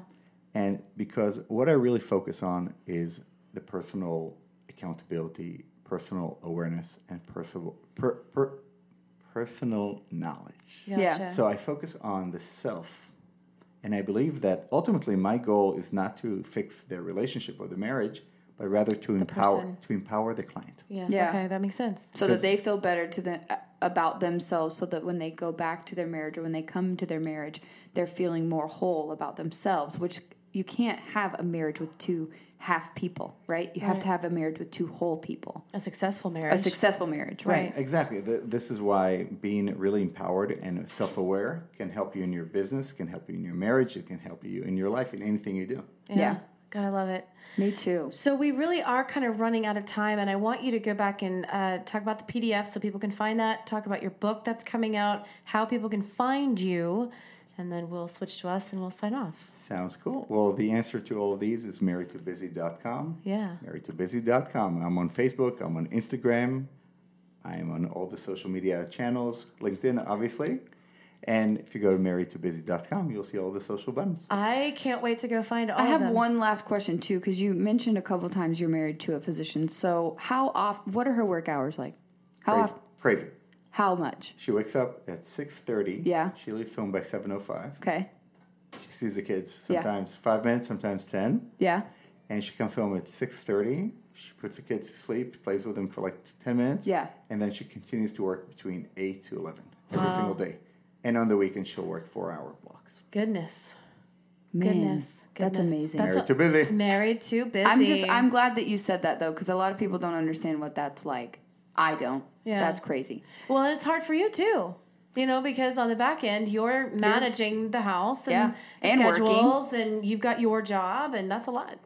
Speaker 3: And because what I really focus on is the personal accountability, personal awareness, and personal, per, per, personal knowledge.
Speaker 1: Yeah.
Speaker 2: Gotcha.
Speaker 3: So I focus on the self. And I believe that ultimately my goal is not to fix their relationship or the marriage, but rather to empower
Speaker 2: person.
Speaker 3: to empower the client.
Speaker 2: yes.
Speaker 1: Yeah.
Speaker 2: Okay, that makes sense.
Speaker 1: so that they feel better to the, about themselves so that when they go back to their marriage or when they come to their marriage they're feeling more whole about themselves which you can't have a marriage with two half people right you have to have a marriage with two whole people
Speaker 2: A successful
Speaker 1: a
Speaker 2: marriage.
Speaker 1: successful marriage right,
Speaker 2: Right.
Speaker 3: Exactly. Th- This is why being really empowered and self aware can help you in your business, can help you in your marriage, it can help you in your life, in anything you do.
Speaker 1: yeah.
Speaker 2: God, I love it.
Speaker 1: me too
Speaker 2: So we really are kind of running out of time, and I want you to go back and uh, talk about the PDF so people can find that. Talk about your book that's coming out, how people can find you, and then we'll switch to us and we'll sign off.
Speaker 3: Sounds cool. Well, the answer to all of these is marriedtobusy.com.
Speaker 2: Yeah.
Speaker 3: Marriedtobusy.com. I'm on Facebook, I'm on Instagram, I'm on all the social media channels, LinkedIn, obviously. And if you go to marriedtobusy.com, you'll see all the social buttons.
Speaker 1: Ah.
Speaker 2: I can't wait to go find all.
Speaker 1: I
Speaker 2: of
Speaker 1: have
Speaker 2: them.
Speaker 1: one last question too, because you mentioned a couple times you're married to a physician. So how often? What are her work hours like? How
Speaker 3: Crazy.
Speaker 1: oft-
Speaker 3: Crazy.
Speaker 1: how much?
Speaker 3: She wakes up at 6.30.
Speaker 1: Yeah.
Speaker 3: She leaves home by 7.05.
Speaker 1: Okay,
Speaker 3: She sees the kids
Speaker 1: Yeah.
Speaker 3: sometimes five minutes, sometimes 10.
Speaker 1: yeah,
Speaker 3: and she comes home at 6.30 she puts the kids to sleep plays with them for like 10 minutes
Speaker 1: Yeah.
Speaker 3: and then she continues to work between 8 to 11 every single day and on the weekend she'll work four hour blocks
Speaker 2: Goodness.
Speaker 1: man,
Speaker 2: Goodness.
Speaker 1: that's
Speaker 2: Goodness.
Speaker 1: amazing.
Speaker 2: That's
Speaker 3: married
Speaker 2: a-
Speaker 3: too busy
Speaker 2: Married too busy.
Speaker 1: I'm just I'm glad that you said that though, because a lot of people don't understand what that's like. I don't.
Speaker 2: Yeah.
Speaker 1: That's crazy.
Speaker 2: Well, and it's hard for you too. You know, because on the back end, you're managing the house and
Speaker 1: Yeah.
Speaker 2: the
Speaker 1: And working.
Speaker 2: schedules, and you've got your job, and that's a lot.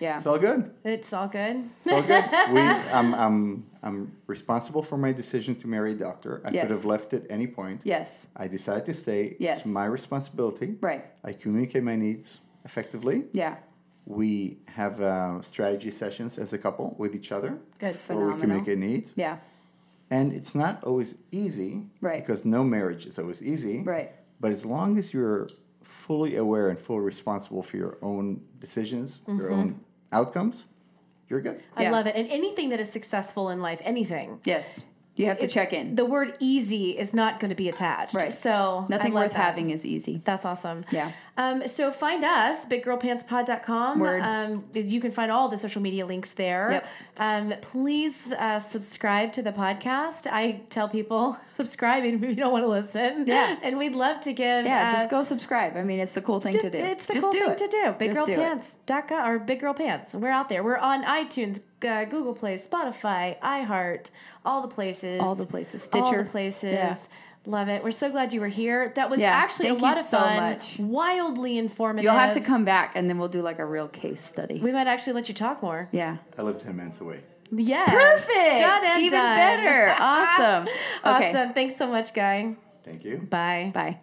Speaker 1: Yeah.
Speaker 3: it's all good
Speaker 2: It's all good.
Speaker 3: it's all good we, I'm, I'm, I'm responsible for my decision to marry a doctor i
Speaker 1: Yes.
Speaker 3: could have left at any point
Speaker 1: yes.
Speaker 3: i decided to stay
Speaker 1: Yes.
Speaker 3: it's my responsibility
Speaker 1: Right.
Speaker 3: i communicate my needs effectively
Speaker 1: Yeah.
Speaker 3: we have uh, strategy sessions as a couple with each other
Speaker 2: Good.
Speaker 3: where we
Speaker 1: Phenomenal.
Speaker 3: communicate needs
Speaker 1: Yeah.
Speaker 3: And it's not always easy,
Speaker 1: Right.
Speaker 3: Because no marriage is always easy,
Speaker 1: Right.
Speaker 3: But as long as you're fully aware and fully responsible for your own decisions,
Speaker 1: Mm-hmm.
Speaker 3: your own outcomes, you're good.
Speaker 2: I
Speaker 1: Yeah.
Speaker 2: love it. And anything that is successful in life, anything,
Speaker 1: Yes. You have to check in.
Speaker 2: the word easy is not going to be attached.
Speaker 1: Right.
Speaker 2: So
Speaker 1: Nothing
Speaker 2: I love
Speaker 1: worth
Speaker 2: that.
Speaker 1: having is easy.
Speaker 2: That's awesome.
Speaker 1: Yeah.
Speaker 2: Um, so find us, biggirlpantspod.com.
Speaker 1: Word.
Speaker 2: Um, you can find all the social media links there.
Speaker 1: Yep.
Speaker 2: Um, please uh, subscribe to the podcast. I tell people subscribing if you don't want to listen.
Speaker 1: Yeah.
Speaker 2: And we'd love to give.
Speaker 1: Yeah,
Speaker 2: uh,
Speaker 1: just go subscribe. I mean, it's the cool thing
Speaker 2: just-
Speaker 1: to do.
Speaker 2: It's the
Speaker 1: just
Speaker 2: cool
Speaker 1: do
Speaker 2: thing
Speaker 1: it.
Speaker 2: to do. Big
Speaker 1: Just
Speaker 2: Girl
Speaker 1: do it.
Speaker 2: Pants. DACA or Big Girl Pants. We're out there. We're on iTunes, uh, Google Play, Spotify, iHeart, all the places.
Speaker 1: All the places.
Speaker 2: All
Speaker 1: Stitcher.
Speaker 2: the places.
Speaker 1: Yeah.
Speaker 2: Love it. We're so glad you were here. That was
Speaker 1: Yeah,
Speaker 2: actually a
Speaker 1: thank you
Speaker 2: lot of
Speaker 1: so
Speaker 2: fun.
Speaker 1: much.
Speaker 2: Wildly informative.
Speaker 1: You'll have to come back and then we'll do like a real case study.
Speaker 2: We might actually let you talk more.
Speaker 1: yeah.
Speaker 3: I live 10 minutes away.
Speaker 2: Yeah.
Speaker 1: Perfect.
Speaker 2: Done and
Speaker 1: Even
Speaker 2: done.
Speaker 1: better. Awesome. Okay.
Speaker 2: Awesome. Thanks so much, guy.
Speaker 3: Thank you.
Speaker 2: Bye.
Speaker 1: Bye.